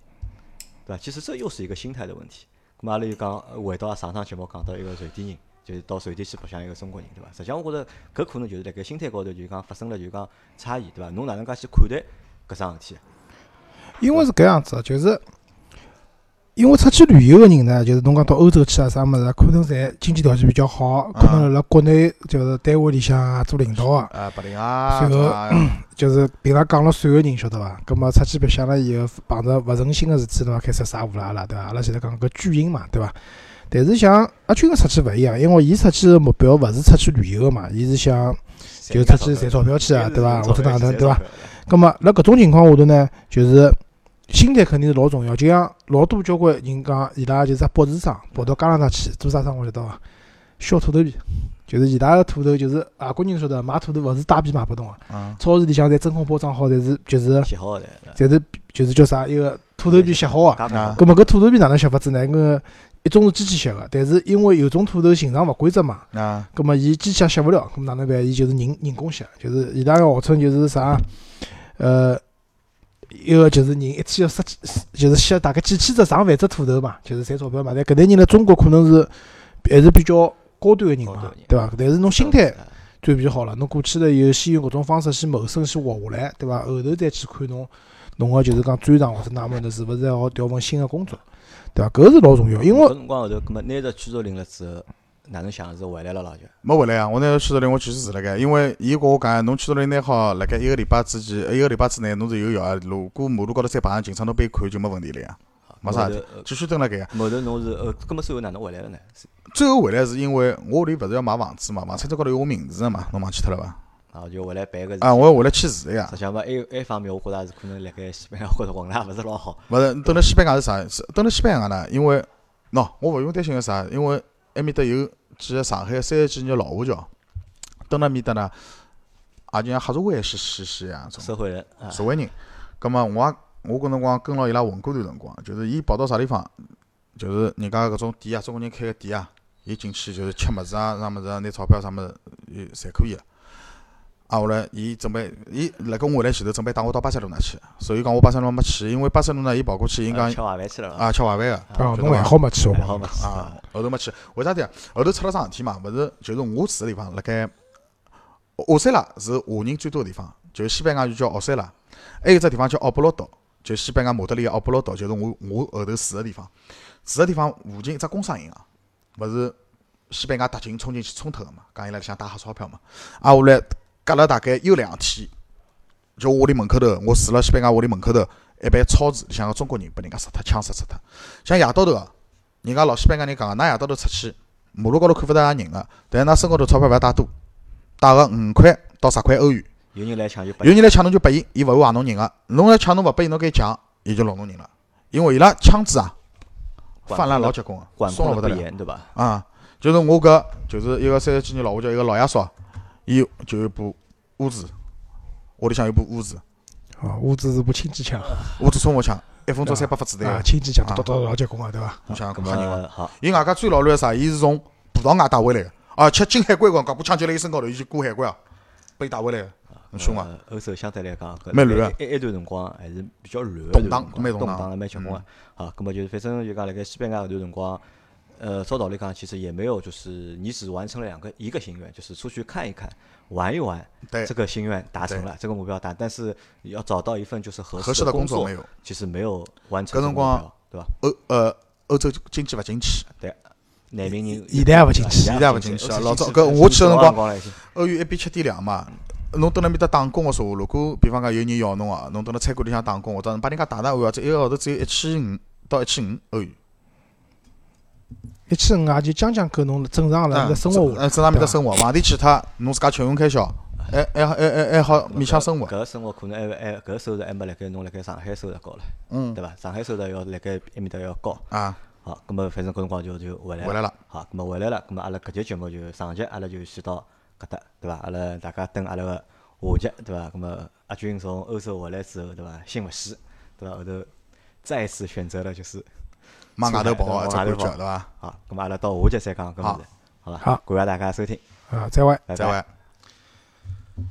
Speaker 1: 对伐？其实这又是一个心态的问题。咾么阿拉又讲呃回到上趟节目讲到一个瑞典人，就是到瑞典去白相一个中国人，对伐？实际上我觉着搿可能就是辣盖心态高头就是讲发生了就是讲差异，对伐？侬哪能介去看待搿桩事体？啊
Speaker 2: 因为是搿样子，啊就是因为出去旅游个人呢，就是侬讲到欧洲去啊啥物事啊，可能侪经济条件比较好，可能辣辣国内就是单位里向啊做领导啊，
Speaker 3: 啊，白领啊
Speaker 2: 最后
Speaker 3: 啊
Speaker 2: 就是平常讲了算个人，晓得伐？葛末出去白相了以后，碰着勿顺心个事体，侬也开始撒无赖了，对伐？阿拉现在讲搿巨婴嘛，对伐？但是像阿军个出去勿一样，因为伊出去个目标勿是出去旅游个嘛，伊是想就出去赚钞票去啊，对伐？或者哪能，
Speaker 1: [LAUGHS]
Speaker 2: 对伐？？咁么辣搿种情况下头呢，就是心态肯定是老重要。就像老多交关人讲，伊拉就是博士生跑到加拿大去做啥生活，晓得伐？削土豆皮，就是伊拉个土豆，就是外国人晓得买土豆勿是打皮买不动个，
Speaker 3: 啊，
Speaker 2: 超市里向侪真空包装好，侪是就是
Speaker 1: 写好的，
Speaker 2: 侪是就是叫啥一个土豆皮削好个。
Speaker 1: 加工
Speaker 3: 啊
Speaker 2: 咁么搿土豆皮哪能削法子呢？搿一种是机器削个，但是因为有种土豆形状勿规则嘛，
Speaker 3: 啊，
Speaker 2: 咁么伊机器也吸勿了，咁哪能办？伊就是人人工吸，就是伊拉个号称就是啥，呃，一个就是人一天要杀几，就是吸大概几千只、上万只土豆嘛，就是赚钞票嘛。但搿类人辣中国可能是还是比较高端个人
Speaker 1: 高端
Speaker 2: 嘛
Speaker 1: 的人，
Speaker 2: 对伐？但是侬心态
Speaker 1: 啊
Speaker 2: 转变好了，侬过去了以后，先用搿种方式先谋生，先活下来，对伐？后头再去看侬侬个就是讲专长或者哪么的，是勿是还好调份新个工作，对伐？搿是老重要，因
Speaker 1: 搿
Speaker 2: 为
Speaker 1: 辰光后头，葛末拿着驱逐令了之后，哪能想是回来了啦就？
Speaker 3: 没回来啊！我拿驱逐令我全是住辣盖，因为伊跟我讲，侬驱逐令拿好，辣盖一个礼拜之前，一个礼拜之内侬是有效啊。如果马路高头再碰上警察，侬被看就没问题了呀，
Speaker 1: 啊
Speaker 3: 没啥事体，继续蹲辣盖啊。
Speaker 1: 呃后头侬是呃，葛末最后哪能回来了呢？是
Speaker 3: 最后回来是因为我屋里勿是要买房子嘛，房产证高头有我名字的嘛，侬忘记脱了伐？
Speaker 1: 啊，就回来办个事
Speaker 3: 啊，
Speaker 1: 体。
Speaker 3: 我要回来去住的呀
Speaker 1: 实。际上嘛，埃埃方面，我觉着也是可能辣盖西班牙或者混得也勿是老好。
Speaker 3: 勿是，等了西班牙是啥？是等了西班牙呢？因为喏，我勿用担心个啥，因为埃面搭有几个上海三十几年老华侨，蹲辣面搭呢，啊也就像黑社会是是是一样种
Speaker 1: 社会人啊，
Speaker 3: 社会人。葛么我啊也我搿辰光跟牢伊拉混过段辰光，就是伊跑到啥地方，就是人家搿种店啊，中国人开个店啊，伊进去就是吃物事啊，啥物事啊，拿钞票啥物事，伊侪可以个。啊，后来伊准备，伊辣盖我回来前头准备带我到巴塞罗那去，所以讲我巴塞罗那没去，因为巴塞罗那伊跑过去，伊讲
Speaker 1: 吃晚饭去了啊，
Speaker 3: 啊吃坏饭个。
Speaker 2: 啊，侬还好没去，我
Speaker 1: 还好嘛，
Speaker 3: 啊，后头没去，为啥体啊？后头出了桩事体嘛，勿是，就是我住个地方，辣盖奥塞拉是华人最多个地方，就是西班牙就叫奥塞拉，还有一只地方叫奥布洛岛，就西班牙马德里个奥布洛岛，就是我我后头住个地方，住个地方附近一只工商银行，勿是西班牙特警冲进去冲脱个嘛，讲伊拉里向带黑钞票嘛，啊，后来隔了大概有两天，就我屋里门口头，我住辣西班牙屋里门口头一爿超市里向个中国人被人家杀脱，枪杀杀脱，像夜到头啊。人家老西班牙人讲个，㑚夜到头出去，马路高头看勿着也人个，但是㑚身高头钞票勿要带多，带个五块到十块欧元。
Speaker 1: 有人来抢就不
Speaker 3: 有人来抢侬就拨伊，伊勿会坏侬人个。侬来抢侬勿拨伊，侬跟伊讲，伊就弄侬人了。因为伊拉枪支啊，
Speaker 1: 管
Speaker 3: 泛滥
Speaker 1: 控得
Speaker 3: 老结棍个，
Speaker 1: 管
Speaker 3: 松
Speaker 1: 控
Speaker 3: 了
Speaker 1: 得
Speaker 3: 勿得
Speaker 1: 不
Speaker 3: 了。
Speaker 1: 严，对吧？
Speaker 3: 啊，就是我搿就是一个三十几年老婆叫一个老爷叔，伊就有一部乌兹，屋里向有一部乌兹，
Speaker 2: 啊，我只是部轻机枪
Speaker 3: 乌兹冲锋枪，一分钟三百发子弹
Speaker 2: 啊，
Speaker 3: 个。
Speaker 2: 轻机枪
Speaker 3: 啊
Speaker 2: 到到老结棍啊，对伐？
Speaker 3: 侬想
Speaker 1: 搿
Speaker 3: 搿吓人伐？
Speaker 1: 么好，
Speaker 3: 伊外加最老卵个啥？伊是从葡萄牙带回来个，而且进海关辰光，搿把枪就辣伊身高头，伊就过海关啊，被带回来个，很凶啊！
Speaker 1: 呃！欧洲相对来讲，搿
Speaker 3: 蛮乱啊
Speaker 1: 一一一段辰光还是比较乱的
Speaker 3: 动
Speaker 1: 一段
Speaker 3: 荡
Speaker 1: 辰光，
Speaker 3: 蛮动
Speaker 1: 动
Speaker 3: 荡嗯
Speaker 1: 的，蛮结棍的。好，葛么就是反正就讲辣盖西班牙搿段辰光，呃，照道理讲，其实也没有，就是你只完成了两个一个心愿，就是出去看一看，玩一玩，
Speaker 3: 对
Speaker 1: 呃这个心愿达成了，这个目标达，但是要找到一份就是合
Speaker 3: 合适
Speaker 1: 的
Speaker 3: 的工
Speaker 1: 作
Speaker 3: 作没有，
Speaker 1: 其实没有完成这个
Speaker 3: 搿辰
Speaker 1: 目
Speaker 3: 光
Speaker 1: 标，对伐？
Speaker 3: 欧呃欧洲经济勿景气，
Speaker 1: 对，难民人
Speaker 2: 现在也勿进去，
Speaker 3: 现在也勿
Speaker 1: 进
Speaker 3: 进
Speaker 1: 去
Speaker 3: 去
Speaker 1: 了
Speaker 3: 啊
Speaker 1: 欧洲
Speaker 3: 老早
Speaker 1: 经济
Speaker 3: 搿我去的
Speaker 1: 多少
Speaker 3: 辰光
Speaker 1: 光了已经
Speaker 3: 欧元一比七点两嘛。侬蹲辣面搭打工个闲话，如果比方讲有人要侬啊，侬蹲辣餐馆里向打工，或者把人家打打完啊，这一个号头只有一千五到一千五欧元。
Speaker 2: 一千五啊，就将将够侬正常了，
Speaker 3: 嗯
Speaker 2: 个生活下来
Speaker 3: 嗯，正常面搭
Speaker 2: 对吧
Speaker 3: 生活，房钿去脱，侬自家吃用开销，还还还还还好勉强生活。
Speaker 1: 搿生活可能还还搿收入还没辣盖侬辣盖上海收入高了，
Speaker 3: 嗯
Speaker 1: 对伐？上海收入要辣盖埃面搭要高。
Speaker 3: 啊，
Speaker 1: 好，葛末反正搿辰光就就回来
Speaker 3: 回来
Speaker 1: 了
Speaker 3: 了。
Speaker 1: 好，葛末回来了，葛末阿拉搿节节目就上集阿拉就先到搿搭，对伐？阿拉大家等阿拉个下集，对伐？葛末阿军从欧洲回来之后，对伐？心勿死，对伐？后头再一次选择了就是
Speaker 3: 往外头跑啊，
Speaker 1: 往
Speaker 3: 只
Speaker 1: 外
Speaker 3: 感
Speaker 1: 头
Speaker 3: 觉
Speaker 1: 跑
Speaker 3: 对伐？
Speaker 1: 好，葛末阿拉到下集再讲搿物事，好伐？
Speaker 2: 好
Speaker 1: 感谢大家收听，
Speaker 2: 啊，再会。
Speaker 1: 拜
Speaker 3: 再
Speaker 1: 拜
Speaker 3: 会。